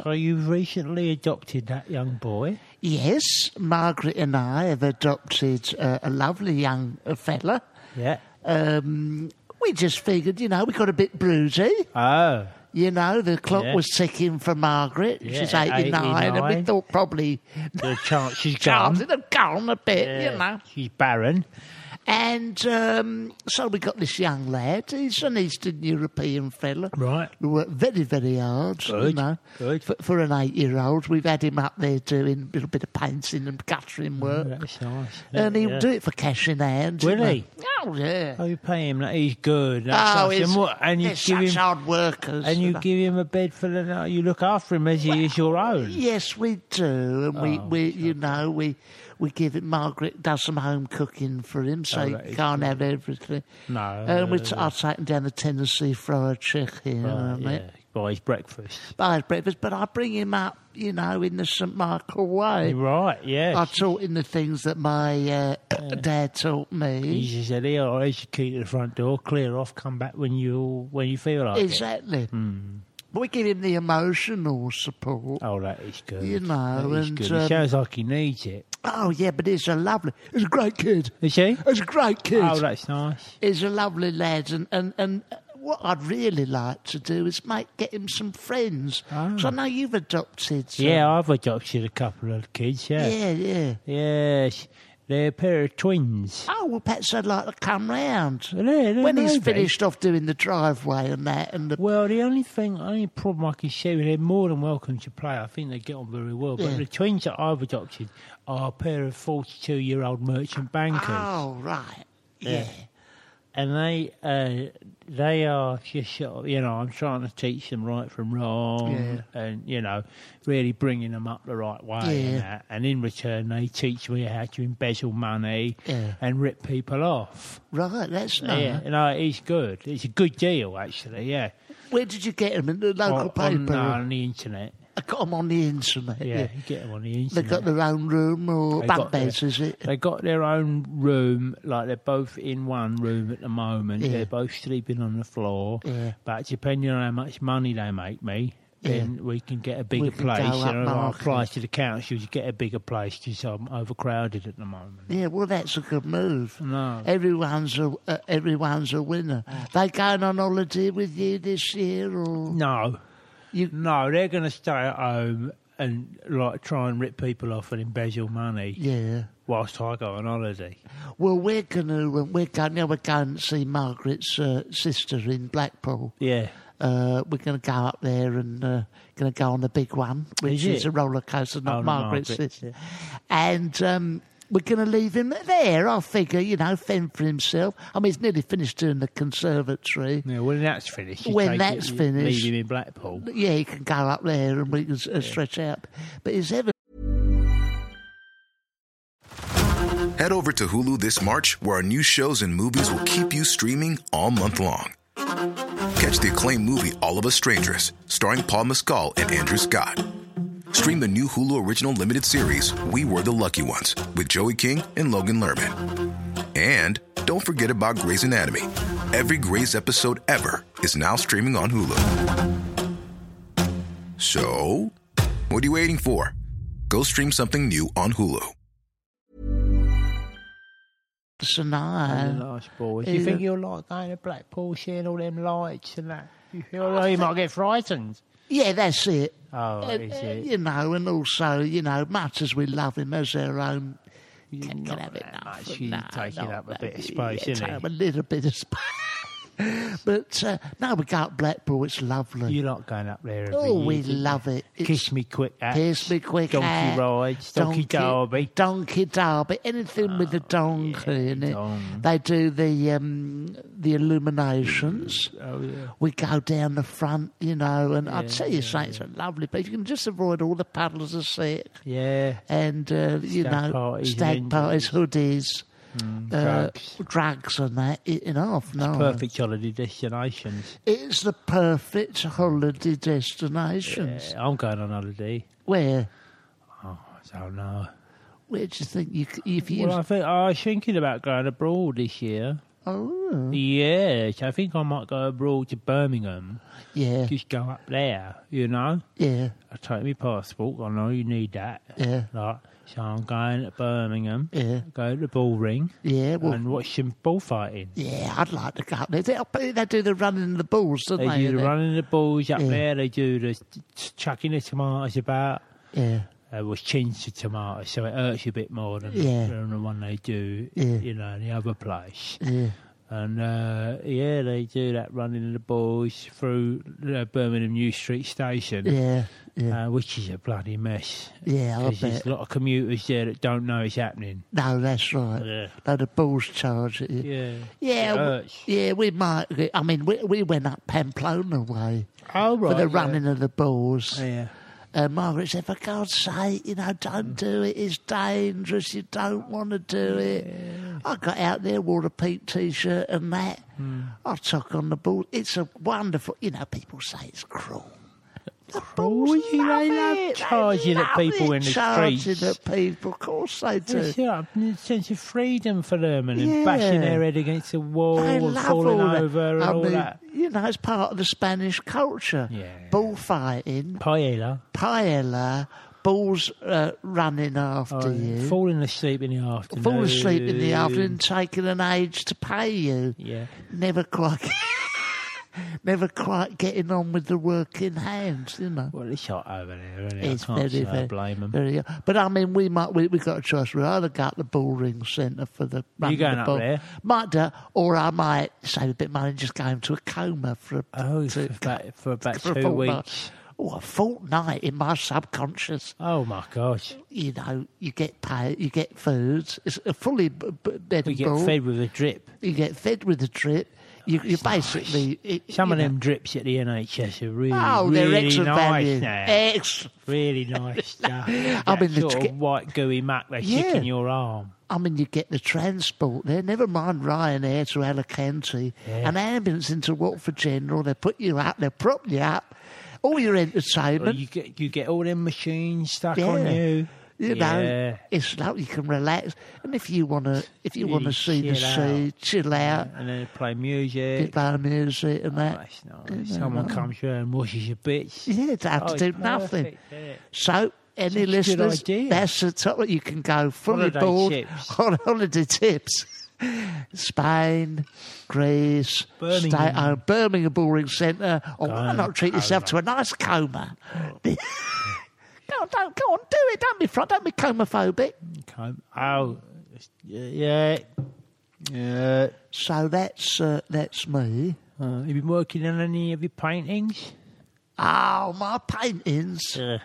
Speaker 2: So you've recently adopted that young boy.
Speaker 1: Yes, Margaret and I have adopted uh, a lovely young uh, fella.
Speaker 2: Yeah.
Speaker 1: Um, we just figured, you know, we got a bit bruisey.
Speaker 2: Oh.
Speaker 1: You know, the clock
Speaker 2: Yeah.
Speaker 1: was ticking for Margaret. She's
Speaker 2: Yeah,
Speaker 1: 89, and we
Speaker 2: 89.
Speaker 1: thought probably
Speaker 2: The chance she's gone.
Speaker 1: chances have gone a bit, you know.
Speaker 2: She's barren.
Speaker 1: And um, so we got this young lad. He's an Eastern European fella.
Speaker 2: Right.
Speaker 1: Who worked very, very hard. You
Speaker 2: Good,
Speaker 1: know,
Speaker 2: good.
Speaker 1: For, for an eight-year-old, we've had him up there doing a little bit of painting and guttering work.
Speaker 2: Mm, That's nice.
Speaker 1: And he'll
Speaker 2: Yeah.
Speaker 1: do it for cash in hand.
Speaker 2: Will
Speaker 1: you know.
Speaker 2: he?
Speaker 1: Oh, yeah.
Speaker 2: Oh, you pay him. Like, he's good. That's
Speaker 1: Oh,
Speaker 2: nice.
Speaker 1: it's,
Speaker 2: and, what, and you
Speaker 1: they're
Speaker 2: give
Speaker 1: such
Speaker 2: him
Speaker 1: hard workers.
Speaker 2: and you
Speaker 1: know.
Speaker 2: give him a bed for the night. You look after him as he is your own.
Speaker 1: Yes, we do, and
Speaker 2: Oh,
Speaker 1: we, we you know, we we give it. Margaret does some home cooking for him, so
Speaker 2: that
Speaker 1: he
Speaker 2: is
Speaker 1: can't have everything.
Speaker 2: Oh, No,
Speaker 1: and we t-
Speaker 2: uh,
Speaker 1: I take him down to Tennessee fried chicken.
Speaker 2: Right,
Speaker 1: and
Speaker 2: yeah. Buy his breakfast.
Speaker 1: Buy his breakfast, but I bring him up, you know, in the St Michael way.
Speaker 2: Right,
Speaker 1: I
Speaker 2: yeah.
Speaker 1: taught him the things that my uh, dad taught
Speaker 2: He
Speaker 1: me.
Speaker 2: just said, "Here, here's your key to the front door. Clear off. Come back when you when you feel like it." Hmm.
Speaker 1: Exactly. We give him the emotional support.
Speaker 2: Oh, that is good.
Speaker 1: You know,
Speaker 2: that is
Speaker 1: and,
Speaker 2: good.
Speaker 1: um,
Speaker 2: it sounds like he needs it.
Speaker 1: Oh yeah, but he's a lovely, he's a great kid.
Speaker 2: Is he?
Speaker 1: He's a great kid.
Speaker 2: Oh, that's nice.
Speaker 1: He's a lovely lad, and, and, and what I'd really like to do is mate get him some friends.
Speaker 2: Ah.
Speaker 1: So I know you've adopted. Some.
Speaker 2: Yeah, I've adopted a couple of kids. Yeah.
Speaker 1: yeah, yeah.
Speaker 2: Yes, they're a pair of twins.
Speaker 1: Oh well, perhaps I'd like to come round
Speaker 2: yeah,
Speaker 1: when he's
Speaker 2: maybe.
Speaker 1: finished off doing the driveway and that, and the
Speaker 2: Well, the only thing, only problem I can share with they're more than welcome to play. I think they get on very well. But
Speaker 1: Yeah.
Speaker 2: the twins that I've adopted are a pair of 42 year old merchant bankers.
Speaker 1: oh right, yeah,
Speaker 2: And they uh, they are just, sort of, you know, I'm trying to teach them right from wrong and, you know, really bringing them up the right way.
Speaker 1: Yeah.
Speaker 2: And, that. and in return, they teach me how to embezzle money
Speaker 1: Yeah. Uh-huh.
Speaker 2: and rip people off.
Speaker 1: right. That's nice.
Speaker 2: Yeah, no, it's good. It's a good deal, actually, yeah.
Speaker 1: Where did you get him in the local
Speaker 2: Oh, on,
Speaker 1: Oh,
Speaker 2: uh,
Speaker 1: paper?
Speaker 2: on the internet.
Speaker 1: I got him on the internet.
Speaker 2: Yeah, you get them on the
Speaker 1: They
Speaker 2: internet.
Speaker 1: got their own room or
Speaker 2: They
Speaker 1: bunk
Speaker 2: got
Speaker 1: beds,
Speaker 2: their-
Speaker 1: is it?
Speaker 2: They got their own room, like they're both in one room at the moment.
Speaker 1: Yeah.
Speaker 2: They're both sleeping on the floor.
Speaker 1: Yeah.
Speaker 2: But depending on how much money they make me, then we can get a bigger
Speaker 1: We can go
Speaker 2: place. And I
Speaker 1: upmarket.
Speaker 2: apply to the council to get a bigger place because I'm overcrowded at the moment.
Speaker 1: Yeah, well, that's a good move.
Speaker 2: No.
Speaker 1: Everyone's a uh, everyone's a winner. They going on holiday with you this year, or
Speaker 2: No,
Speaker 1: You-
Speaker 2: no, they're going to stay at home and like try and rip people off and embezzle money
Speaker 1: yeah?
Speaker 2: whilst I go on holiday.
Speaker 1: Well, we're gonna we're going yeah, we're going to see Margaret's uh, sister in Blackpool.
Speaker 2: Yeah.
Speaker 1: Uh, we're going to go up there and uh, going to go on the big one, which
Speaker 2: Is
Speaker 1: is
Speaker 2: it?
Speaker 1: a roller coaster, not
Speaker 2: Oh, not
Speaker 1: Margaret's
Speaker 2: Margaret's,
Speaker 1: sister. And um, we're going to leave him there. I figure, you know, fend for himself. I mean, he's nearly finished doing the conservatory.
Speaker 2: Yeah, when that's finished, you
Speaker 1: When
Speaker 2: take
Speaker 1: that's
Speaker 2: it, you
Speaker 1: finished-
Speaker 2: leave him in Blackpool.
Speaker 1: Yeah, he can go up there and we can uh, stretch out. But he's ever
Speaker 3: Head over to Hulu this March, where our new shows and movies will keep you streaming all month long. Catch the acclaimed movie All of Us Strangers, starring Paul Mescal and Andrew Scott. Stream the new Hulu original limited series We Were the Lucky Ones with Joey King and Logan Lerman. And don't forget about Grey's Anatomy. Every Grey's episode ever is now streaming on Hulu. So, what are you waiting for? Go stream something new on Hulu.
Speaker 1: and
Speaker 2: And
Speaker 1: I.
Speaker 2: nice boys. Do you
Speaker 1: Yeah.
Speaker 2: think you'll like going to Blackpool, seeing all them lights and that? You feel like you might get frightened.
Speaker 1: Yeah, that's it.
Speaker 2: Oh,
Speaker 1: And,
Speaker 2: is
Speaker 1: uh,
Speaker 2: it?
Speaker 1: You know, and also, you know, much as we love him as our own,
Speaker 2: You're
Speaker 1: can,
Speaker 2: not
Speaker 1: can have
Speaker 2: that
Speaker 1: enough.
Speaker 2: much. You're taking up a bit of space,
Speaker 1: yeah,
Speaker 2: isn't
Speaker 1: take up
Speaker 2: it?
Speaker 1: A little bit of space. but uh, no, we go up Blackpool. It's lovely.
Speaker 2: You like going up there every
Speaker 1: oh,
Speaker 2: year,
Speaker 1: we
Speaker 2: don't you?
Speaker 1: love it. It's
Speaker 2: Kiss me quick, acts,
Speaker 1: Kiss me quick.
Speaker 2: donkey
Speaker 1: hat,
Speaker 2: rides, donkey, derby. Oh,
Speaker 1: Donkey derby. Anything with a donkey in it.
Speaker 2: dong.
Speaker 1: They do the um, the illuminations.
Speaker 2: Oh yeah,
Speaker 1: We go down the front, you know, and I tell you, something, it's a lovely place. You can just avoid all the puddles of sick
Speaker 2: yeah.
Speaker 1: and, uh, you
Speaker 2: Stag
Speaker 1: know,
Speaker 2: parties and
Speaker 1: stag
Speaker 2: injuries.
Speaker 1: parties, hoodies, uh,
Speaker 2: drugs.
Speaker 1: drugs and that, eating off. No,
Speaker 2: Perfect holiday destinations.
Speaker 1: It's the perfect holiday destination.
Speaker 2: Yeah, I'm going on holiday.
Speaker 1: Where?
Speaker 2: I don't know.
Speaker 1: Where do you think you c- if you?
Speaker 2: Well, I think I was thinking about going abroad this year.
Speaker 1: oh,
Speaker 2: Yes, I think I might go abroad to Birmingham.
Speaker 1: yeah,
Speaker 2: Just go up there, you know.
Speaker 1: yeah,
Speaker 2: I take my passport. I know you need that.
Speaker 1: Yeah.
Speaker 2: Like, so I'm going to Birmingham.
Speaker 1: Yeah.
Speaker 2: Go to the ball ring.
Speaker 1: yeah. Well,
Speaker 2: and watch some bullfighting.
Speaker 1: yeah, I'd like to go up there. They, they do the running of the bulls, don't they?
Speaker 2: They do
Speaker 1: in
Speaker 2: the
Speaker 1: it?
Speaker 2: running the balls up
Speaker 1: Yeah.
Speaker 2: there. They do the t- t- chucking the tomatoes about.
Speaker 1: Yeah.
Speaker 2: uh, was changed to tomato, so it hurts you a bit more than,
Speaker 1: Yeah.
Speaker 2: than the one they do,
Speaker 1: Yeah.
Speaker 2: you know, in the other place. And uh, yeah, they do that running the boys through uh, Birmingham New Street Station,
Speaker 1: Yeah, yeah.
Speaker 2: uh, which is a bloody mess.
Speaker 1: Yeah, I
Speaker 2: 'Cause there's
Speaker 1: bet.
Speaker 2: a lot of commuters there that don't know it's happening.
Speaker 1: No, that's right.
Speaker 2: Yeah.
Speaker 1: No, the bulls charge at you.
Speaker 2: Yeah.
Speaker 1: Yeah,
Speaker 2: It
Speaker 1: w-
Speaker 2: hurts.
Speaker 1: yeah, we might. get- I mean, we, we went up Pamplona way
Speaker 2: Oh,
Speaker 1: for
Speaker 2: right.
Speaker 1: the running of the bulls.
Speaker 2: Yeah.
Speaker 1: And Uh, Margaret said, for God's sake, you know, don't do it. It's dangerous. You don't want to do it. I got out there, wore a pink T-shirt and that.
Speaker 2: Hmm.
Speaker 1: I took on the ball. It's a wonderful, you know, people say it's cruel. The
Speaker 2: Oh,
Speaker 1: balls
Speaker 2: yeah,
Speaker 1: love
Speaker 2: they love
Speaker 1: it.
Speaker 2: charging at
Speaker 1: love
Speaker 2: people
Speaker 1: it,
Speaker 2: in the
Speaker 1: charging
Speaker 2: streets.
Speaker 1: at people, of course they do.
Speaker 2: It's yeah, a sense of freedom for them and
Speaker 1: Yeah.
Speaker 2: then bashing their head against the wall
Speaker 1: They
Speaker 2: and
Speaker 1: love
Speaker 2: falling
Speaker 1: all that.
Speaker 2: over and
Speaker 1: I
Speaker 2: all
Speaker 1: mean,
Speaker 2: that.
Speaker 1: You know, it's part of the Spanish culture.
Speaker 2: Yeah.
Speaker 1: Bullfighting,
Speaker 2: Paella.
Speaker 1: paella, balls uh, running after
Speaker 2: Oh,
Speaker 1: you.
Speaker 2: Falling asleep in the afternoon.
Speaker 1: Fall asleep in the afternoon, taking an age to pay you.
Speaker 2: Yeah.
Speaker 1: Never quite, never quite getting on with the work in hand, you know.
Speaker 2: Well, it's hot over there, isn't it?
Speaker 1: It's
Speaker 2: I can't say I
Speaker 1: very,
Speaker 2: blame them.
Speaker 1: very- uh, but I mean, we might we we got a choice. We either go up the ball ring centre for the run of
Speaker 2: going
Speaker 1: the
Speaker 2: up
Speaker 1: ball.
Speaker 2: there?
Speaker 1: Might do, or I might save a bit of money and just go into a coma for a,
Speaker 2: oh, for
Speaker 1: to-
Speaker 2: about, for about
Speaker 1: for a
Speaker 2: two
Speaker 1: fortnight.
Speaker 2: weeks.
Speaker 1: Oh, a fortnight in my subconscious.
Speaker 2: Oh, my gosh.
Speaker 1: You know, you get paid, you get food. It's a fully b- b- bed
Speaker 2: We
Speaker 1: and
Speaker 2: get
Speaker 1: ball.
Speaker 2: fed with a drip.
Speaker 1: You get fed with a drip. You, you basically it,
Speaker 2: Oh, Some
Speaker 1: you
Speaker 2: of
Speaker 1: know-
Speaker 2: them drips at the NHS are really,
Speaker 1: Oh, they're
Speaker 2: really
Speaker 1: excellent value.
Speaker 2: nice now.
Speaker 1: Ex-
Speaker 2: Really nice stuff.
Speaker 1: I
Speaker 2: That
Speaker 1: mean, the
Speaker 2: sort
Speaker 1: tr-
Speaker 2: of white gooey muck they
Speaker 1: Yeah.
Speaker 2: stick in your arm.
Speaker 1: I mean, you get the transport there. Never mind Ryanair to Alicante, an ambulance into Watford General. They put you up. They prop you up. All your
Speaker 2: Well,
Speaker 1: entertainment.
Speaker 2: Oh, you get you get all them machines stuck
Speaker 1: yeah.
Speaker 2: on you.
Speaker 1: You know,
Speaker 2: Yeah.
Speaker 1: it's like you can relax, and if you wanna, if you wanna
Speaker 2: Really
Speaker 1: see the
Speaker 2: chill
Speaker 1: sea,
Speaker 2: out.
Speaker 1: chill out,
Speaker 2: and then they play music.
Speaker 1: bit of music and that.
Speaker 2: That's nice. Someone comes here and washes your bits.
Speaker 1: Yeah, to have
Speaker 2: Oh,
Speaker 1: to do
Speaker 2: it's
Speaker 1: nothing.
Speaker 2: perfect, yeah.
Speaker 1: So, any
Speaker 2: Such a good
Speaker 1: listeners,
Speaker 2: idea.
Speaker 1: that's the topic. You can go fully
Speaker 2: Holiday
Speaker 1: board
Speaker 2: tips.
Speaker 1: on holiday tips. Spain, Greece,
Speaker 2: Birmingham.
Speaker 1: Sta- oh, Birmingham Boring Centre. Or why
Speaker 2: on,
Speaker 1: not treat yourself to a nice coma?
Speaker 2: Oh.
Speaker 1: go on, don't, go on, do it. Don't be front. Don't be comophobic.
Speaker 2: Okay. Oh, it's- yeah, yeah.
Speaker 1: So that's uh, that's me.
Speaker 2: Uh, have you been working on any of your paintings?
Speaker 1: Oh, my paintings. Uh,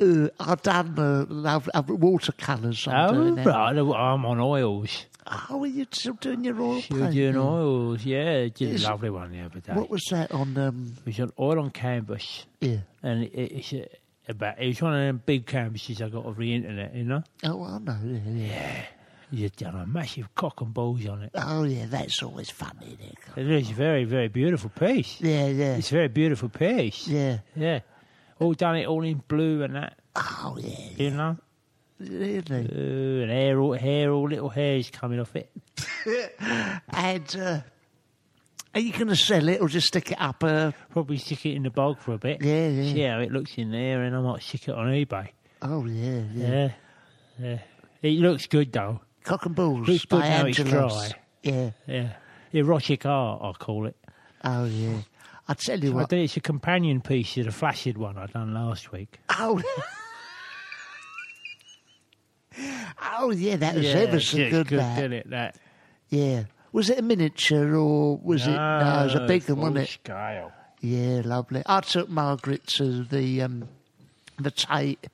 Speaker 1: uh, I've done uh, love, uh, watercolours. I'm
Speaker 2: Oh,
Speaker 1: doing now.
Speaker 2: right. oh, I'm on oils.
Speaker 1: How are you still doing your oil
Speaker 2: You're
Speaker 1: painting?
Speaker 2: doing oils, yeah. Did
Speaker 1: Is-
Speaker 2: a lovely one the other day.
Speaker 1: What was that on? Um,
Speaker 2: It was an oil on canvas,
Speaker 1: yeah.
Speaker 2: and it, it's uh, about it was one of them big canvases I got off the internet, you know.
Speaker 1: Oh, I know. Yeah, yeah.
Speaker 2: You've done a massive cock and balls on it.
Speaker 1: Oh, yeah. That's always funny. isn't it?
Speaker 2: It is a very, very beautiful piece.
Speaker 1: Yeah, yeah,
Speaker 2: It's a very beautiful piece.
Speaker 1: yeah.
Speaker 2: Yeah. All done it all in blue and that,
Speaker 1: Oh, yeah.
Speaker 2: you know.
Speaker 1: Really.
Speaker 2: Uh, and hair, all hair, all little hairs coming off it.
Speaker 1: And uh, are you going to sell it or just stick it up? Uh,
Speaker 2: Probably stick it in the bog for a bit.
Speaker 1: Yeah, yeah.
Speaker 2: See how it looks in there, and I might stick it on eBay.
Speaker 1: oh, yeah, yeah.
Speaker 2: Yeah. Yeah. It looks good though.
Speaker 1: Cock and balls
Speaker 2: It's good
Speaker 1: by
Speaker 2: now it's
Speaker 1: Angelos.
Speaker 2: dry.
Speaker 1: Yeah.
Speaker 2: Yeah. Erotic art, I call it.
Speaker 1: Oh, yeah. I tell you
Speaker 2: I
Speaker 1: what.
Speaker 2: did, it's a companion piece to the flaccid one I done last week.
Speaker 1: Oh. Oh yeah, that was ever so
Speaker 2: it's
Speaker 1: good. that.
Speaker 2: didn't it? That
Speaker 1: Yeah. Was it a miniature or was it? No, it was a big one, wasn't
Speaker 2: full
Speaker 1: it?
Speaker 2: Scale.
Speaker 1: Yeah, lovely. I took Margaret to the um, the Tate,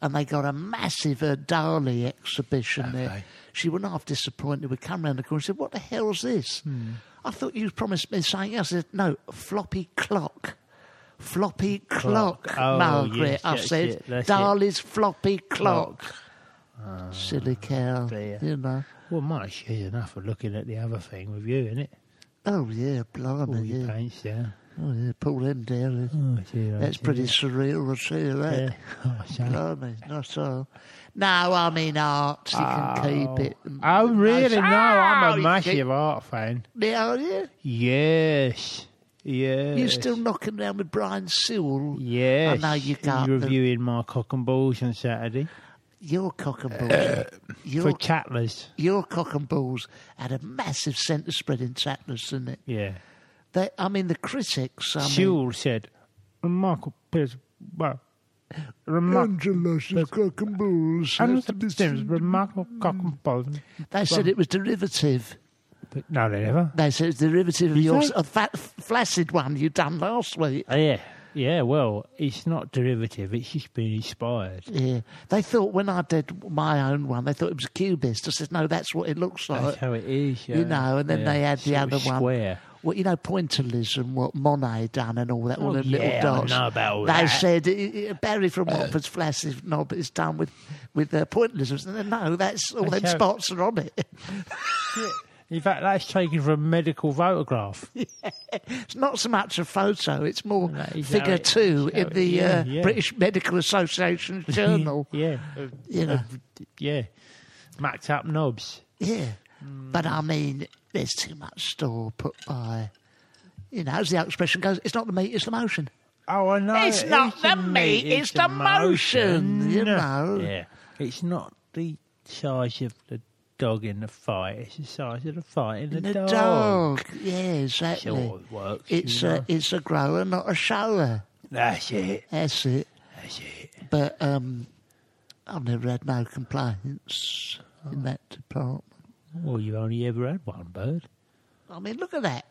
Speaker 1: and they got a massive uh, Dali exhibition there. She went half disappointed. We come round the corner. She said, "What the hell's this?"
Speaker 2: Hmm.
Speaker 1: I thought you promised me something else. I said, "No, floppy clock." Floppy clock,
Speaker 2: Clock. Oh,
Speaker 1: Margaret.
Speaker 2: yes,
Speaker 1: I
Speaker 2: that's
Speaker 1: said,
Speaker 2: it, that's it. Oh,
Speaker 1: Dali's floppy clock. Silly cow.
Speaker 2: dear.
Speaker 1: You know.
Speaker 2: Well, my she's enough of looking at the other thing with you in it.
Speaker 1: Oh, yeah, blimey.
Speaker 2: All your
Speaker 1: yeah.
Speaker 2: paints down.
Speaker 1: Oh, yeah, pull them down.
Speaker 2: Oh, I see, I
Speaker 1: That's
Speaker 2: see.
Speaker 1: pretty surreal, I'll tell you that.
Speaker 2: Yeah. Oh,
Speaker 1: Blimey,
Speaker 2: so-
Speaker 1: not all. No, I mean art. You can keep it.
Speaker 2: Oh, really? No,
Speaker 1: Oh,
Speaker 2: I'm a
Speaker 1: you
Speaker 2: massive
Speaker 1: keep-
Speaker 2: art fan.
Speaker 1: Yeah, are you?
Speaker 2: Yes. Yes.
Speaker 1: You still knocking around with Brian Sewell?
Speaker 2: Yes.
Speaker 1: I know you uh,
Speaker 2: He's
Speaker 1: got the,
Speaker 2: reviewing my cock and balls on Saturday
Speaker 1: your cock and balls.
Speaker 2: for
Speaker 1: your,
Speaker 2: Chatlers.
Speaker 1: your cock and balls had a massive centre spread in Tatlas, didn't it?
Speaker 2: Yeah.
Speaker 1: They, I mean, the critics. I mean,
Speaker 2: Sewell said, Michael Pierce, well, remarkable.
Speaker 1: Angelo's cock and balls. have to be seen.
Speaker 2: remarkable cock and balls.
Speaker 1: They said it was derivative.
Speaker 2: But no, they never.
Speaker 1: They said it's derivative of your
Speaker 2: they?
Speaker 1: of that flaccid one you done last week.
Speaker 2: Oh, yeah, yeah. Well, it's not derivative. It's just been inspired.
Speaker 1: Yeah. They thought when I did my own one, they thought it was cubist. I said, no, that's what it looks like.
Speaker 2: That's how it is. Yeah.
Speaker 1: you know, and then
Speaker 2: Yeah.
Speaker 1: they had the
Speaker 2: Sort of
Speaker 1: other one.
Speaker 2: Square.
Speaker 1: Well, you know, pointillism, what Monet done and all that, all
Speaker 2: Oh,
Speaker 1: the
Speaker 2: yeah, I
Speaker 1: little dots.
Speaker 2: know about all
Speaker 1: they
Speaker 2: that. Uh,
Speaker 1: said, "I- I- Barry from Watford's flaccid knob is done with, with uh, pointillism. And then, no, that's all them
Speaker 2: That's how-
Speaker 1: spots are on it.
Speaker 2: In fact, that's taken from a medical photograph.
Speaker 1: It's not so much a photo, it's more
Speaker 2: That is how
Speaker 1: figure
Speaker 2: it-
Speaker 1: two
Speaker 2: that's how
Speaker 1: in
Speaker 2: it-
Speaker 1: the
Speaker 2: yeah,
Speaker 1: uh,
Speaker 2: yeah.
Speaker 1: British Medical Association Journal.
Speaker 2: yeah.
Speaker 1: You know,
Speaker 2: Yeah. Macked up knobs.
Speaker 1: yeah.
Speaker 2: Hmm.
Speaker 1: But I mean, there's too much store put by, you know, as the old expression goes, it's not the meat, it's the motion.
Speaker 2: Oh, I know.
Speaker 1: It's not the meat, it's the motion, you know.
Speaker 2: Yeah. It's not the size of the dog in the fight, it's the size of the fight in the,
Speaker 1: The
Speaker 2: dog.
Speaker 1: dog. Yeah, exactly.
Speaker 2: Sure, it works,
Speaker 1: It's
Speaker 2: you
Speaker 1: a
Speaker 2: know.
Speaker 1: it's a grower, not a shower.
Speaker 2: That's it.
Speaker 1: That's it.
Speaker 2: That's it.
Speaker 1: But um, I've never had no complaints in that department.
Speaker 2: Well, you've only ever had one bird.
Speaker 1: I mean, look at that.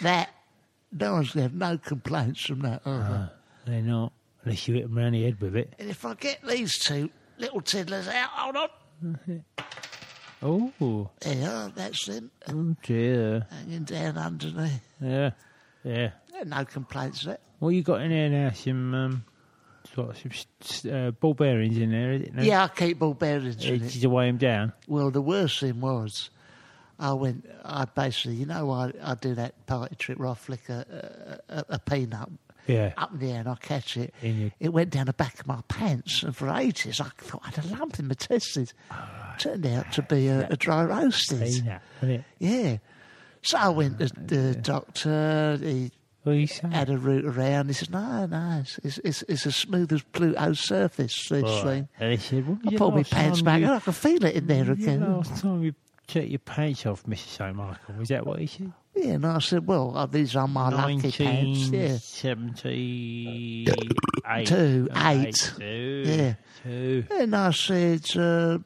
Speaker 1: that no one's gonna have no complaints from that. Are they?
Speaker 2: They're not, unless you hit them round the head with it.
Speaker 1: And if I get these two little tiddlers out, hold on.
Speaker 2: Oh,
Speaker 1: There, you are, that's them
Speaker 2: oh dear.
Speaker 1: hanging down underneath.
Speaker 2: Yeah, yeah.
Speaker 1: There are no complaints of that.
Speaker 2: What you got in there now? Some um, sort of some, uh, ball bearings in there, is it? No?
Speaker 1: Yeah, I keep ball bearings in
Speaker 2: It's
Speaker 1: it.
Speaker 2: to weigh them down.
Speaker 1: Well, the worst thing was, I went, I basically, you know, I, I do that party trip where I flick a, a, a, a peanut
Speaker 2: Yeah.
Speaker 1: up in the air and I catch it.
Speaker 2: In your-
Speaker 1: It went down the back of my pants, and for ages I thought I had a lump in my testes. Turned out to be a, a dry roasted.
Speaker 2: Peanut, isn't it?
Speaker 1: Yeah. So I went to the doctor, he
Speaker 2: What are you saying?
Speaker 1: had a route around. He says, no, no, it's, it's, it's, it's as smooth as Pluto's surface, this
Speaker 2: Right.
Speaker 1: thing.
Speaker 2: And he said, "What was
Speaker 1: I
Speaker 2: your
Speaker 1: pulled my
Speaker 2: last
Speaker 1: pants
Speaker 2: time
Speaker 1: back
Speaker 2: you-
Speaker 1: and I can feel it in there
Speaker 2: what was your
Speaker 1: again.
Speaker 2: Last time you took your pants off, Mr. St. Michael, was that what he said?
Speaker 1: Yeah, and I said, well, uh, these are my lucky pants. Yeah.
Speaker 2: 1978.
Speaker 1: Two, eight.
Speaker 2: Two.
Speaker 1: Yeah.
Speaker 2: Two.
Speaker 1: And I said, uh,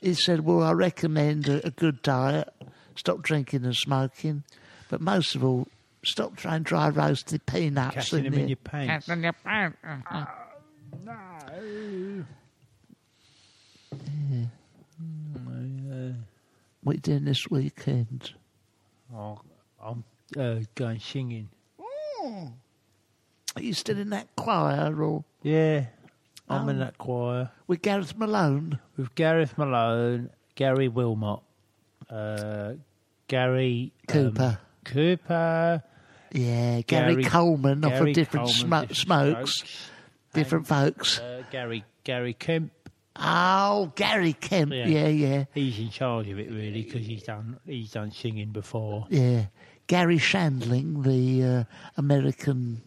Speaker 1: he said, well, I recommend a, a good diet, stop drinking and smoking, but most of all, stop trying dry roasted peanuts.
Speaker 2: Catching them
Speaker 1: the-
Speaker 2: in your pants.
Speaker 1: What are you doing this weekend?
Speaker 2: Oh, I'm uh, going singing.
Speaker 1: Are you still in that choir or
Speaker 2: Yeah. I'm
Speaker 1: Oh.
Speaker 2: in that choir
Speaker 1: with Gareth Malone?
Speaker 2: with Gareth Malone, Gary Wilmot, uh, Gary um,
Speaker 1: Cooper.
Speaker 2: Cooper,
Speaker 1: Yeah, Gary, Coleman off
Speaker 2: Gary
Speaker 1: of different
Speaker 2: Coleman,
Speaker 1: smo-
Speaker 2: Different
Speaker 1: smokes, different folks.
Speaker 2: Uh, Gary Gary Kemp.
Speaker 1: oh, Gary Kemp.
Speaker 2: Yeah.
Speaker 1: yeah. yeah.
Speaker 2: He's in charge of it really because he's done he's done singing before.
Speaker 1: Yeah. Gary Shandling, the uh, American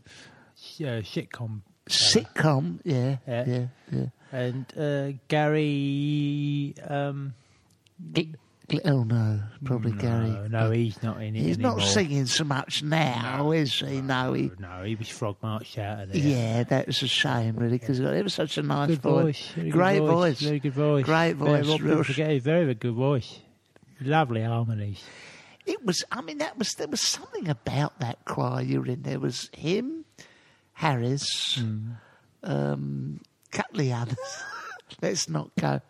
Speaker 2: Uh, sitcom. fella.
Speaker 1: sitcom. Yeah,
Speaker 2: Yeah.
Speaker 1: yeah, yeah.
Speaker 2: And uh, Gary. Um,
Speaker 1: Gl- Gl- oh no, probably
Speaker 2: no,
Speaker 1: Gary.
Speaker 2: no, he's not in it.
Speaker 1: He's
Speaker 2: anymore.
Speaker 1: not singing so much now, is he? No, he.
Speaker 2: No, he was frog marched out of there.
Speaker 1: Yeah, that was a shame, really, because it was such a nice
Speaker 2: Good voice. very good
Speaker 1: Great
Speaker 2: voice.
Speaker 1: voice.
Speaker 2: Very good voice.
Speaker 1: Great
Speaker 2: Very-
Speaker 1: voice.
Speaker 2: what people
Speaker 1: real-
Speaker 2: forget, he's very good voice. Lovely harmonies.
Speaker 1: It was. I mean, that was. There was something about that choir you were in. There was him, Harris,
Speaker 2: Mm.
Speaker 1: um, couple of others. Let's not go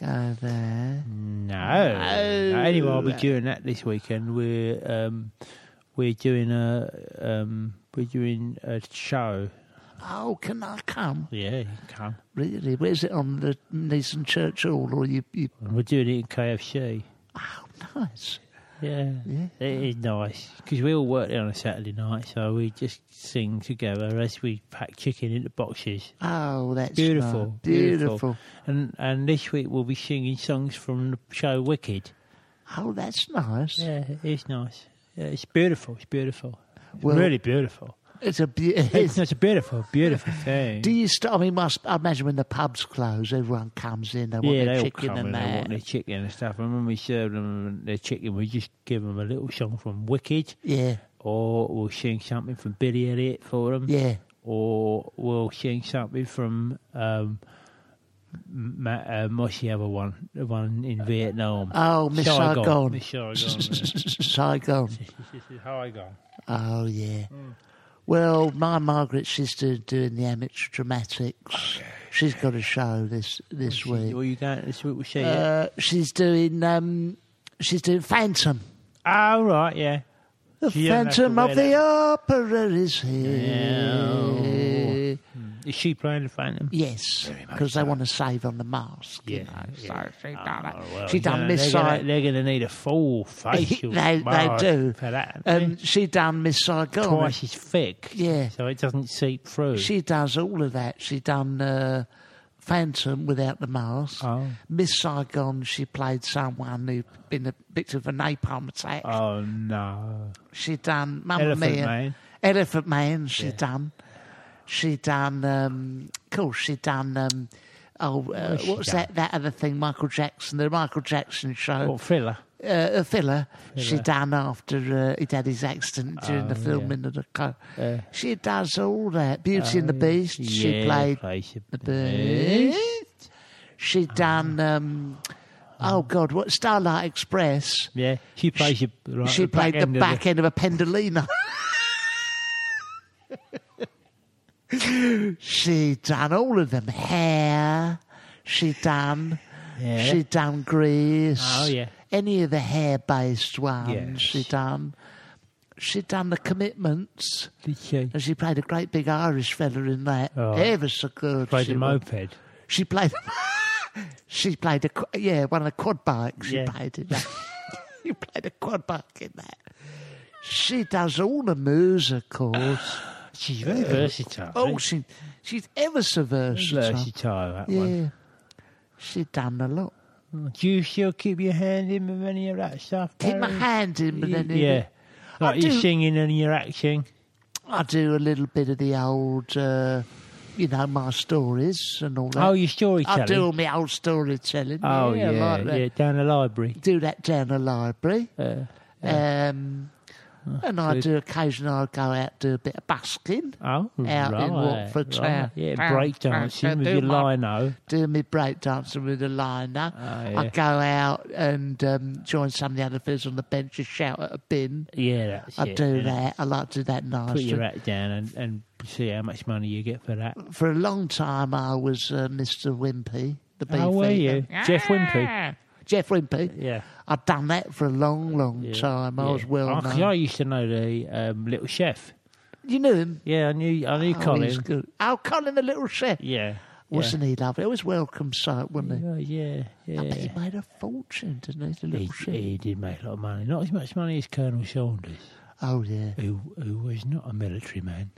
Speaker 1: go there.
Speaker 2: Mm. No. no. Anyway, I'll be doing that this weekend. We're um, we're doing a um, we're doing a show.
Speaker 1: Oh, can I come?
Speaker 2: Yeah, you can come.
Speaker 1: Really? Where's it on the Neeson Church Hall? Or you? you
Speaker 2: And we're doing it in KFC.
Speaker 1: oh, nice.
Speaker 2: Yeah, it is nice because we all work there on a Saturday night, so we just sing together as we pack chicken into boxes.
Speaker 1: Oh, that's
Speaker 2: Beautiful,
Speaker 1: nice. beautiful.
Speaker 2: And and this week we'll be singing songs from the show Wicked.
Speaker 1: Oh, that's nice.
Speaker 2: Yeah, it's nice. Yeah, it's beautiful. It's beautiful. It's
Speaker 1: Well-
Speaker 2: really beautiful.
Speaker 1: It's a
Speaker 2: It's,
Speaker 1: beautiful.
Speaker 2: it's a beautiful, beautiful thing.
Speaker 1: Do you start? I mean, must, I imagine when the pubs close, everyone comes in. They want
Speaker 2: yeah,
Speaker 1: their
Speaker 2: they all
Speaker 1: chicken
Speaker 2: come
Speaker 1: and
Speaker 2: and they want
Speaker 1: that.
Speaker 2: their chicken and stuff. And when we serve them their chicken, we just give them a little song from Wicked
Speaker 1: yeah,
Speaker 2: or we'll sing something from Billy Elliot for them.
Speaker 1: Yeah.
Speaker 2: Or we'll sing something from um, Ma- uh, what's the other one? The one in Vietnam.
Speaker 1: Oh, Miss Saigon.
Speaker 2: Miss Saigon.
Speaker 1: Saigon.
Speaker 2: yeah. Saigon.
Speaker 1: Oh, yeah. Well, my Margaret's sister doing the amateur dramatics. She's got a show this this week.
Speaker 2: Well, you going this week? We'll see it.
Speaker 1: Uh, she's doing um, she's doing Phantom.
Speaker 2: Oh, right, yeah.
Speaker 1: The
Speaker 2: She doesn't have to
Speaker 1: Phantom of
Speaker 2: wear
Speaker 1: the
Speaker 2: that.
Speaker 1: Opera is here.
Speaker 2: Oh. Is she playing the Phantom?
Speaker 1: Yes, because they want to save on the mask. you
Speaker 2: Yeah,
Speaker 1: know,
Speaker 2: yeah.
Speaker 1: So she done it.
Speaker 2: Oh, well,
Speaker 1: she
Speaker 2: you
Speaker 1: done
Speaker 2: know,
Speaker 1: Miss
Speaker 2: they're gonna-
Speaker 1: Sai-
Speaker 2: They're going to need a full facial.
Speaker 1: they, they
Speaker 2: mask
Speaker 1: do.
Speaker 2: For that.
Speaker 1: Um, she done Miss Saigon.
Speaker 2: Twice as thick.
Speaker 1: Yeah.
Speaker 2: So it doesn't seep through.
Speaker 1: She does all of that. She done uh, Phantom without the mask.
Speaker 2: Oh.
Speaker 1: Miss Saigon, she played someone who'd been a bit of a napalm attack.
Speaker 2: oh, no.
Speaker 1: She done Mamma
Speaker 2: Elephant
Speaker 1: Mia.
Speaker 2: Man.
Speaker 1: Elephant Man. She done. She done. Um, cool. She done. Um, oh, uh,
Speaker 2: has she
Speaker 1: what's
Speaker 2: done?
Speaker 1: that? That other thing? Michael Jackson. The Michael Jackson show.
Speaker 2: What, thriller?
Speaker 1: Uh, a filler. She done after uh, he'd had his accident during the
Speaker 2: Oh, yeah. Oh,
Speaker 1: filming of the co. she does all that. Beauty and the Beast. she
Speaker 2: Yeah,
Speaker 1: played
Speaker 2: plays the
Speaker 1: the Beast. She done.
Speaker 2: Ah.
Speaker 1: Um, oh God! What Starlight Express?
Speaker 2: Yeah. She plays your. Right,
Speaker 1: she
Speaker 2: the
Speaker 1: played the
Speaker 2: end of
Speaker 1: back end of a pendolino. she done all of them. Hair. She done.
Speaker 2: Yeah.
Speaker 1: She done Grease.
Speaker 2: Oh, yeah.
Speaker 1: Any of the hair based ones. She
Speaker 2: Yes.
Speaker 1: done. She done the commitments.
Speaker 2: Did she?
Speaker 1: And she played a great big Irish fella in that.
Speaker 2: Oh.
Speaker 1: Ever so good.
Speaker 2: Played
Speaker 1: she
Speaker 2: the
Speaker 1: was.
Speaker 2: moped.
Speaker 1: She played. she played a qu- yeah one of the quad bikes. She
Speaker 2: Yeah.
Speaker 1: played in that. you played a quad bike in that. She does all the musicals.
Speaker 2: She's very versatile.
Speaker 1: oh,
Speaker 2: isn't
Speaker 1: she she's ever so
Speaker 2: she?
Speaker 1: versatile.
Speaker 2: versatile, that one.
Speaker 1: Yeah, she done a lot.
Speaker 2: Do you still keep your hand in with any of that stuff?
Speaker 1: Keep my
Speaker 2: Barry?
Speaker 1: hand in, but then
Speaker 2: Oh, yeah. Like you're
Speaker 1: do-
Speaker 2: singing and you're acting.
Speaker 1: I do a little bit of the old. Uh, you know my stories and all that.
Speaker 2: Oh, your storytelling.
Speaker 1: I do all my old storytelling.
Speaker 2: Oh
Speaker 1: yeah,
Speaker 2: yeah,
Speaker 1: I like that.
Speaker 2: yeah, down the library.
Speaker 1: do that down the library.
Speaker 2: Uh,
Speaker 1: Um, and I
Speaker 2: good.
Speaker 1: do occasionally I go out do a bit of busking.
Speaker 2: Oh,
Speaker 1: out
Speaker 2: right,
Speaker 1: in Watford
Speaker 2: right.
Speaker 1: Town.
Speaker 2: Yeah, break dancing with
Speaker 1: do
Speaker 2: your
Speaker 1: my-
Speaker 2: lino.
Speaker 1: Do me break dancing with a liner. I
Speaker 2: Ah, yeah.
Speaker 1: go out and um, join some of the other fellas on the bench and shout at a bin.
Speaker 2: Yeah, that's
Speaker 1: I
Speaker 2: it.
Speaker 1: do
Speaker 2: yeah.
Speaker 1: that. I like to do that
Speaker 2: Put
Speaker 1: nicely.
Speaker 2: your rat down and, and see how much money you get for that.
Speaker 1: For a long time, I was uh, Mr. Wimpy, the beef
Speaker 2: How Oh, were you,
Speaker 1: eater.
Speaker 2: Jeff Wimpy?
Speaker 1: Jeff Wimpy.
Speaker 2: Yeah.
Speaker 1: I'd done that for a long, long time. I
Speaker 2: Yeah.
Speaker 1: was well
Speaker 2: Oh, 'cause I
Speaker 1: known.
Speaker 2: used to know the um, little chef.
Speaker 1: You knew him?
Speaker 2: Yeah, I knew. I
Speaker 1: Oh,
Speaker 2: knew
Speaker 1: he's
Speaker 2: Colin.
Speaker 1: good. Oh, Colin, the little chef.
Speaker 2: Yeah,
Speaker 1: Wasn't he lovely? It was welcome sight, wasn't
Speaker 2: Yeah, yeah.
Speaker 1: it? But
Speaker 2: yeah.
Speaker 1: he made a fortune, didn't he? The
Speaker 2: He,
Speaker 1: little chef.
Speaker 2: he did make a lot of money. Not as much money as Colonel Saunders,
Speaker 1: Oh, yeah.
Speaker 2: who who was not a military man.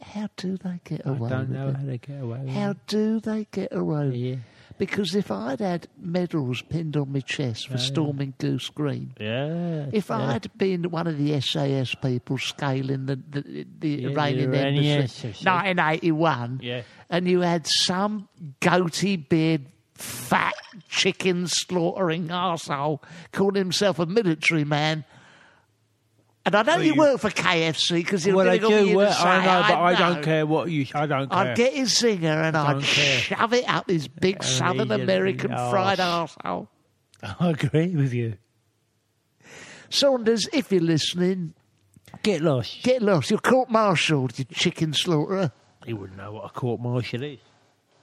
Speaker 1: How do they get
Speaker 2: I
Speaker 1: away with
Speaker 2: don't know
Speaker 1: it?
Speaker 2: how to get away. with
Speaker 1: How
Speaker 2: it.
Speaker 1: do they get away?
Speaker 2: Yeah.
Speaker 1: Because if I'd had medals pinned on my chest for storming Goose Green,
Speaker 2: Yeah.
Speaker 1: if
Speaker 2: yeah.
Speaker 1: I'd been one of the SAS people scaling the the, the
Speaker 2: the
Speaker 1: Iranian
Speaker 2: Iranian
Speaker 1: embassy,
Speaker 2: embassy.
Speaker 1: 1981,
Speaker 2: Yeah.
Speaker 1: and you had some goatee beard, fat chicken slaughtering arsehole calling himself a military man. And I know you,
Speaker 2: you-
Speaker 1: work for KFC because you're
Speaker 2: Well, I
Speaker 1: going to
Speaker 2: do.
Speaker 1: you
Speaker 2: Well,
Speaker 1: to say,
Speaker 2: I know, but I,
Speaker 1: know."
Speaker 2: don't care what you. I don't care.
Speaker 1: I'd get his zinger and I'd
Speaker 2: Don't care. Uh,
Speaker 1: shove it up his big Southern
Speaker 2: Iranian
Speaker 1: American
Speaker 2: arse.
Speaker 1: fried arsehole.
Speaker 2: I agree with you.
Speaker 1: Saunders, if you're listening,
Speaker 2: Get lost.
Speaker 1: Get lost. You're court martialled, you chicken slaughterer.
Speaker 2: He wouldn't know what a court martial is.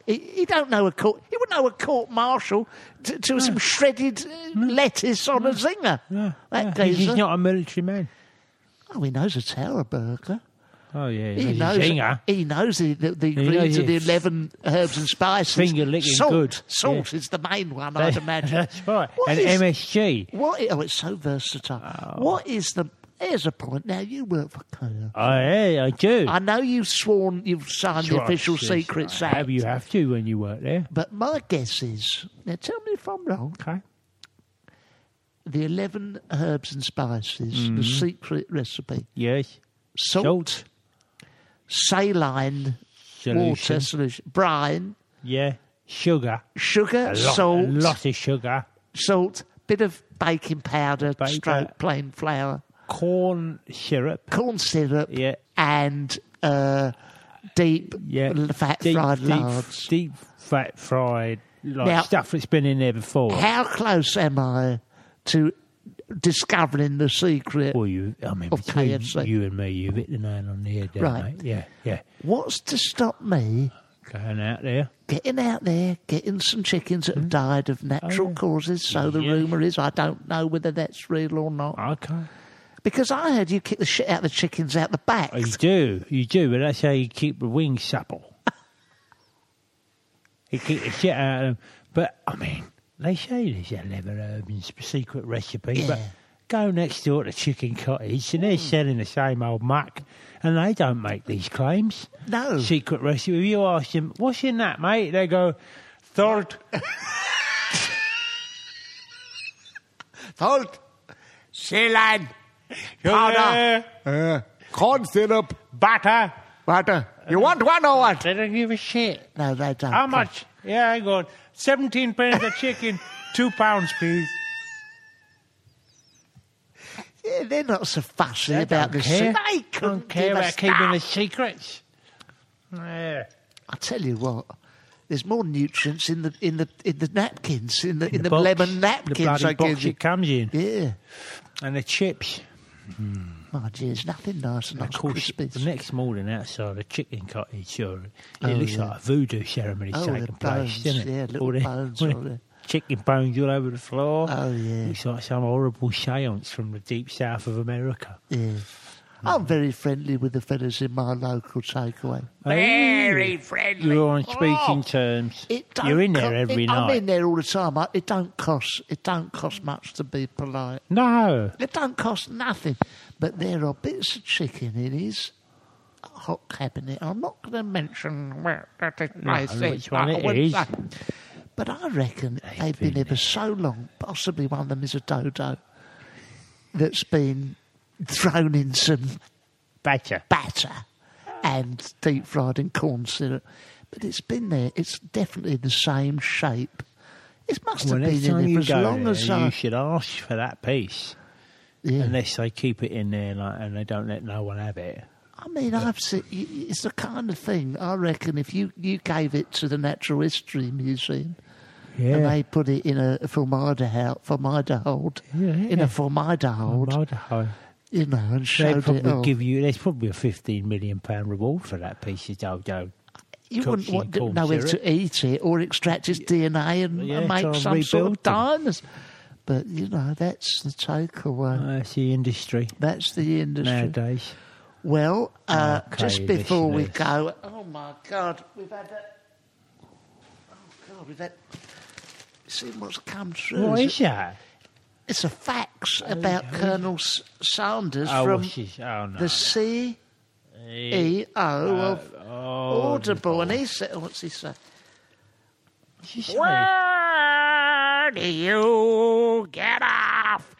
Speaker 1: He, he don't know a court. He wouldn't know a court martial to, to some shredded uh, lettuce on a zinger. that
Speaker 2: he's,
Speaker 1: geezer.
Speaker 2: not a military man.
Speaker 1: Oh, he knows a terror burger.
Speaker 2: Oh yeah,
Speaker 1: He
Speaker 2: he's
Speaker 1: knows.
Speaker 2: a zinger.
Speaker 1: He knows the, the, the
Speaker 2: knows
Speaker 1: ingredients of the
Speaker 2: it.
Speaker 1: eleven herbs and spices.
Speaker 2: Finger-licking
Speaker 1: salt.
Speaker 2: good.
Speaker 1: Salt is the main one, I'd imagine.
Speaker 2: That's right.
Speaker 1: What
Speaker 2: and Oh.
Speaker 1: is-
Speaker 2: MSG.
Speaker 1: What? i- Oh, it's so versatile. What is the? Here's a point. Now you work for Cola.
Speaker 2: I, Oh, yeah, I do.
Speaker 1: I know you've sworn you've signed the
Speaker 2: Trust
Speaker 1: official
Speaker 2: is-
Speaker 1: secrets
Speaker 2: I
Speaker 1: act.
Speaker 2: have you have to when you work there?
Speaker 1: But my guess is now tell me if I'm wrong.
Speaker 2: Okay.
Speaker 1: The eleven herbs and spices,
Speaker 2: Mm-hmm.
Speaker 1: the secret recipe:
Speaker 2: Yes.
Speaker 1: salt, saline, water
Speaker 2: Solution.
Speaker 1: solution, brine,
Speaker 2: Yeah. Sugar.
Speaker 1: sugar,
Speaker 2: A lot,
Speaker 1: salt,
Speaker 2: A lot of sugar.
Speaker 1: salt, bit of baking powder,
Speaker 2: Baking-
Speaker 1: stroke plain flour,
Speaker 2: corn syrup.
Speaker 1: corn syrup,
Speaker 2: Yeah.
Speaker 1: and uh, deep
Speaker 2: Yeah,
Speaker 1: l- fat
Speaker 2: deep,
Speaker 1: fried
Speaker 2: deep,
Speaker 1: lards.
Speaker 2: deep fat fried like
Speaker 1: Now-
Speaker 2: stuff that's been in there before.
Speaker 1: How close am I to discovering the secret?
Speaker 2: Well, you, I mean,
Speaker 1: Of
Speaker 2: between
Speaker 1: KFC.
Speaker 2: you and me, you've hit the nail on the head, there,
Speaker 1: Right.
Speaker 2: mate. Yeah, yeah.
Speaker 1: What's to stop me
Speaker 2: Going out there.
Speaker 1: getting out there, getting some chickens that have died of natural causes? So the
Speaker 2: Mm-hmm. Oh, Yeah. Ah.
Speaker 1: rumour is, I don't know whether that's real or not.
Speaker 2: Okay.
Speaker 1: Because I heard you kick the shit out of the chickens out the back.
Speaker 2: Oh, you do, you do, but that's how you keep the wings supple. you keep the shit out of them. But, I mean, they say there's 11 Urban's secret recipe, but
Speaker 1: Yeah. Hmm.
Speaker 2: go next door to Chicken Cottage and they're selling the same old muck and they don't make these claims.
Speaker 1: No.
Speaker 2: Secret recipe. If you ask them, what's in that, mate? They go, third.
Speaker 1: Salt, Ceylon,
Speaker 4: Powder.
Speaker 1: corn syrup,
Speaker 4: Butter.
Speaker 1: butter. You want one or what?
Speaker 2: They don't give a shit.
Speaker 1: No, they don't.
Speaker 2: How much? Yeah, I got 17 pounds of chicken, two pounds, please.
Speaker 1: Yeah, they're not so fussy
Speaker 2: They
Speaker 1: about
Speaker 2: don't
Speaker 1: this.
Speaker 2: care.
Speaker 1: They
Speaker 2: don't
Speaker 1: couldn't
Speaker 2: care
Speaker 1: give a
Speaker 2: about keeping the
Speaker 1: stuff.
Speaker 2: secrets. Yeah.
Speaker 1: I tell you what, there's more nutrients in the in the in the napkins in the in, the,
Speaker 2: box,
Speaker 1: lemon
Speaker 2: the
Speaker 1: napkins.
Speaker 2: bloody
Speaker 1: I
Speaker 2: box
Speaker 1: give you.
Speaker 2: it comes in,
Speaker 1: Yeah,
Speaker 2: and the chips.
Speaker 1: my dear, there's nothing nice and
Speaker 2: Of
Speaker 1: nice
Speaker 2: course,
Speaker 1: crispy.
Speaker 2: the next morning outside the chicken cottage, or it
Speaker 1: Oh,
Speaker 2: looks
Speaker 1: yeah.
Speaker 2: like a voodoo ceremony
Speaker 1: Oh,
Speaker 2: taking
Speaker 1: the
Speaker 2: place,
Speaker 1: bones,
Speaker 2: doesn't it?
Speaker 1: yeah, little
Speaker 2: All the-
Speaker 1: bones
Speaker 2: all the
Speaker 1: all there.
Speaker 2: chicken bones all over the floor.
Speaker 1: Oh, yeah.
Speaker 2: looks like some horrible seance from the deep south of America.
Speaker 1: Yeah.
Speaker 2: Mm-hmm.
Speaker 1: I'm very friendly with the fellas in my local takeaway.
Speaker 2: Very friendly. You're on speaking terms.
Speaker 1: Oh, It don't
Speaker 2: You're in
Speaker 1: co-
Speaker 2: there every
Speaker 1: it-
Speaker 2: night.
Speaker 1: I'm in there all the time. I, it don't cost. It don't cost much to be polite.
Speaker 2: no.
Speaker 1: It don't cost nothing. But there are bits of chicken in his hot cabinet. I'm not going to mention where that is.
Speaker 2: No,
Speaker 1: I think,
Speaker 2: which one
Speaker 1: I
Speaker 2: it
Speaker 1: wouldn't
Speaker 2: is.
Speaker 1: say. But I reckon they've, been, there for so long, possibly one of them is a dodo that's been thrown in some
Speaker 2: Better.
Speaker 1: batter and deep fried in corn syrup. But it's been there. It's definitely the same shape. It must
Speaker 2: Well,
Speaker 1: have
Speaker 2: next
Speaker 1: been in
Speaker 2: time
Speaker 1: there
Speaker 2: you
Speaker 1: for as
Speaker 2: go
Speaker 1: long
Speaker 2: there,
Speaker 1: as
Speaker 2: you
Speaker 1: I.
Speaker 2: should ask for that piece,
Speaker 1: Yeah.
Speaker 2: unless they keep it in there like, and they don't let no one have it.
Speaker 1: I mean, I've seen, y- y- it's the kind of thing I reckon if you, you gave it to the Natural History Museum and they put it in a formaldehyde, formaldehyde
Speaker 2: Yeah,
Speaker 1: in
Speaker 2: yeah.
Speaker 1: a formaldehyde,
Speaker 2: Formaldehyde.
Speaker 1: you know, and
Speaker 2: They
Speaker 1: showed it
Speaker 2: probably
Speaker 1: all.
Speaker 2: give you. There's probably a fifteen million pound reward for that piece of dodo.
Speaker 1: you
Speaker 2: cooked
Speaker 1: wouldn't
Speaker 2: in
Speaker 1: want to
Speaker 2: corn
Speaker 1: know whether
Speaker 2: syrup.
Speaker 1: to eat it or extract its DNA and,
Speaker 2: Yeah,
Speaker 1: and
Speaker 2: try
Speaker 1: make
Speaker 2: and
Speaker 1: some sort
Speaker 2: rebuild
Speaker 1: of
Speaker 2: them.
Speaker 1: dinosaur. But, you know, that's the takeaway.
Speaker 2: That's Uh, the industry
Speaker 1: That's the industry.
Speaker 2: nowadays.
Speaker 1: Well, uh,
Speaker 2: Okay,
Speaker 1: just before we
Speaker 2: listeners.
Speaker 1: go, oh my God, we've had that. Oh God, we've had. See what's come through.
Speaker 2: What
Speaker 1: It's
Speaker 2: is that?
Speaker 1: a- It's a fax about Colonel S- Sanders
Speaker 2: Oh,
Speaker 1: from
Speaker 2: well, she's- oh, no,
Speaker 1: the
Speaker 2: no.
Speaker 1: CEO
Speaker 2: Uh,
Speaker 1: of
Speaker 2: Oh,
Speaker 1: Audible, and he said, "What's he say?" Where do you get off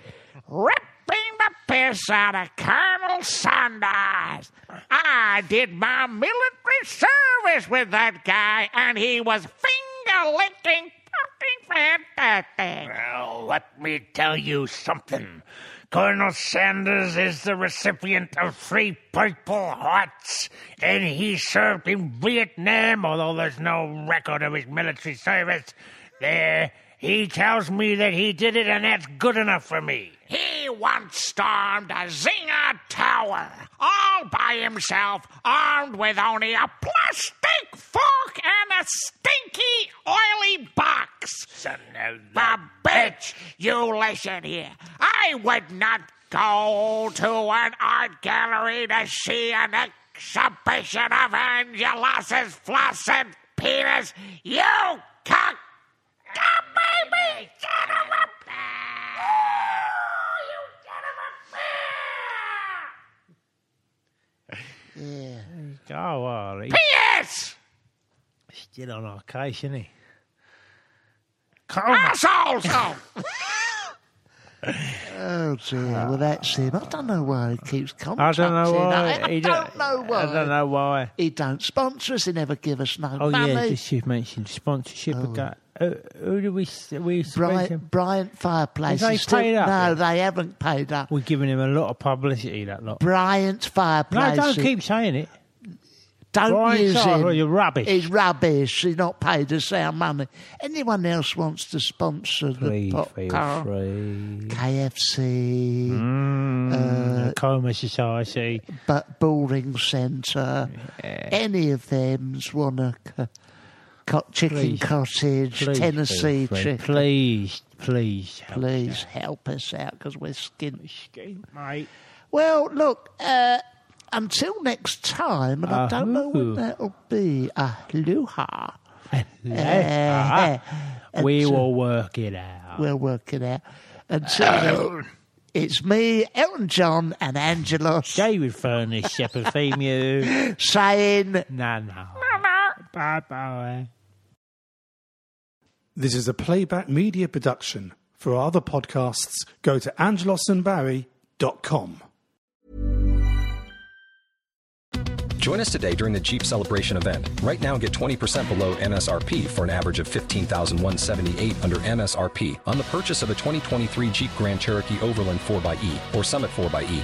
Speaker 1: ripping the piss out of Colonel Sanders? I did my military service with that guy, and he was finger licking fucking fantastic.
Speaker 5: Well, let me tell you something. Colonel Sanders is the recipient of three Purple Hearts, and he served in Vietnam, although there's no record of his military service. There, he tells me that he did it, and that's good enough for me.
Speaker 6: He once stormed a Zinger Tower all by himself, armed with only a plastic fork and a stinky, oily box.
Speaker 5: Son of
Speaker 6: The bitch, you listen here. I would not go to an art gallery to see an exhibition of Angelos' flaccid penis. You cock. The baby son of a bitch! Oh, you son of a bitch!
Speaker 2: Oh, well, he's
Speaker 6: P.S.
Speaker 2: still on our case, isn't he?
Speaker 6: Assholes! Oh.
Speaker 1: Oh dear, well that's him. I don't know why he keeps contacting.
Speaker 2: I don't know why.
Speaker 1: I
Speaker 2: he
Speaker 1: don't know why.
Speaker 2: I don't know why.
Speaker 1: He don't sponsor us. He never give us no
Speaker 2: Oh
Speaker 1: money.
Speaker 2: yeah, just you've mentioned sponsorship. of that Uh, Who do we? s- We
Speaker 1: Bryant, Bryant Fireplace.
Speaker 2: Have they
Speaker 1: is still-
Speaker 2: paid up
Speaker 1: No,
Speaker 2: yet?
Speaker 1: they haven't paid up.
Speaker 2: We're giving him a lot of publicity. That lot.
Speaker 1: Bryant
Speaker 2: No,
Speaker 1: Fireplace.
Speaker 2: don't
Speaker 1: is-
Speaker 2: keep saying it.
Speaker 1: Don't
Speaker 2: Brian
Speaker 1: use
Speaker 2: Charles,
Speaker 1: him.
Speaker 2: well, you're rubbish.
Speaker 1: He's rubbish. He's not paid us our money. Anyone else wants to sponsor
Speaker 2: Please
Speaker 1: the
Speaker 2: feel
Speaker 1: podcast?
Speaker 2: free.
Speaker 1: KFC,
Speaker 2: Uh, The Coma Society.
Speaker 1: but Boring Centre. Any of them's want to cut chicken
Speaker 2: Please.
Speaker 1: cottage,
Speaker 2: Please
Speaker 1: Tennessee
Speaker 2: feel free.
Speaker 1: chicken.
Speaker 2: Please, please, help us
Speaker 1: Please help us out because we're skint.
Speaker 4: Mate.
Speaker 1: Well, look, uh, until next time, and I don't know when
Speaker 2: Ahoo.
Speaker 1: that'll be. Aloha.
Speaker 2: out.
Speaker 1: Eh, eh.
Speaker 2: we
Speaker 1: Until-
Speaker 2: will work it out.
Speaker 1: We'll work it out. Until then, it's me, Elton John, and Angelos
Speaker 2: David Furnish, Shepherd Femu.
Speaker 1: saying.
Speaker 2: No, no. Bye bye.
Speaker 7: This is a playback media production. For our other podcasts, go to angelosandbarry.com.
Speaker 8: Join us today during the Jeep Celebration event. Right now, get 20% below MSRP for an average of 15178 under MSRP on the purchase of a 2023 Jeep Grand Cherokee Overland 4xE or Summit 4xE.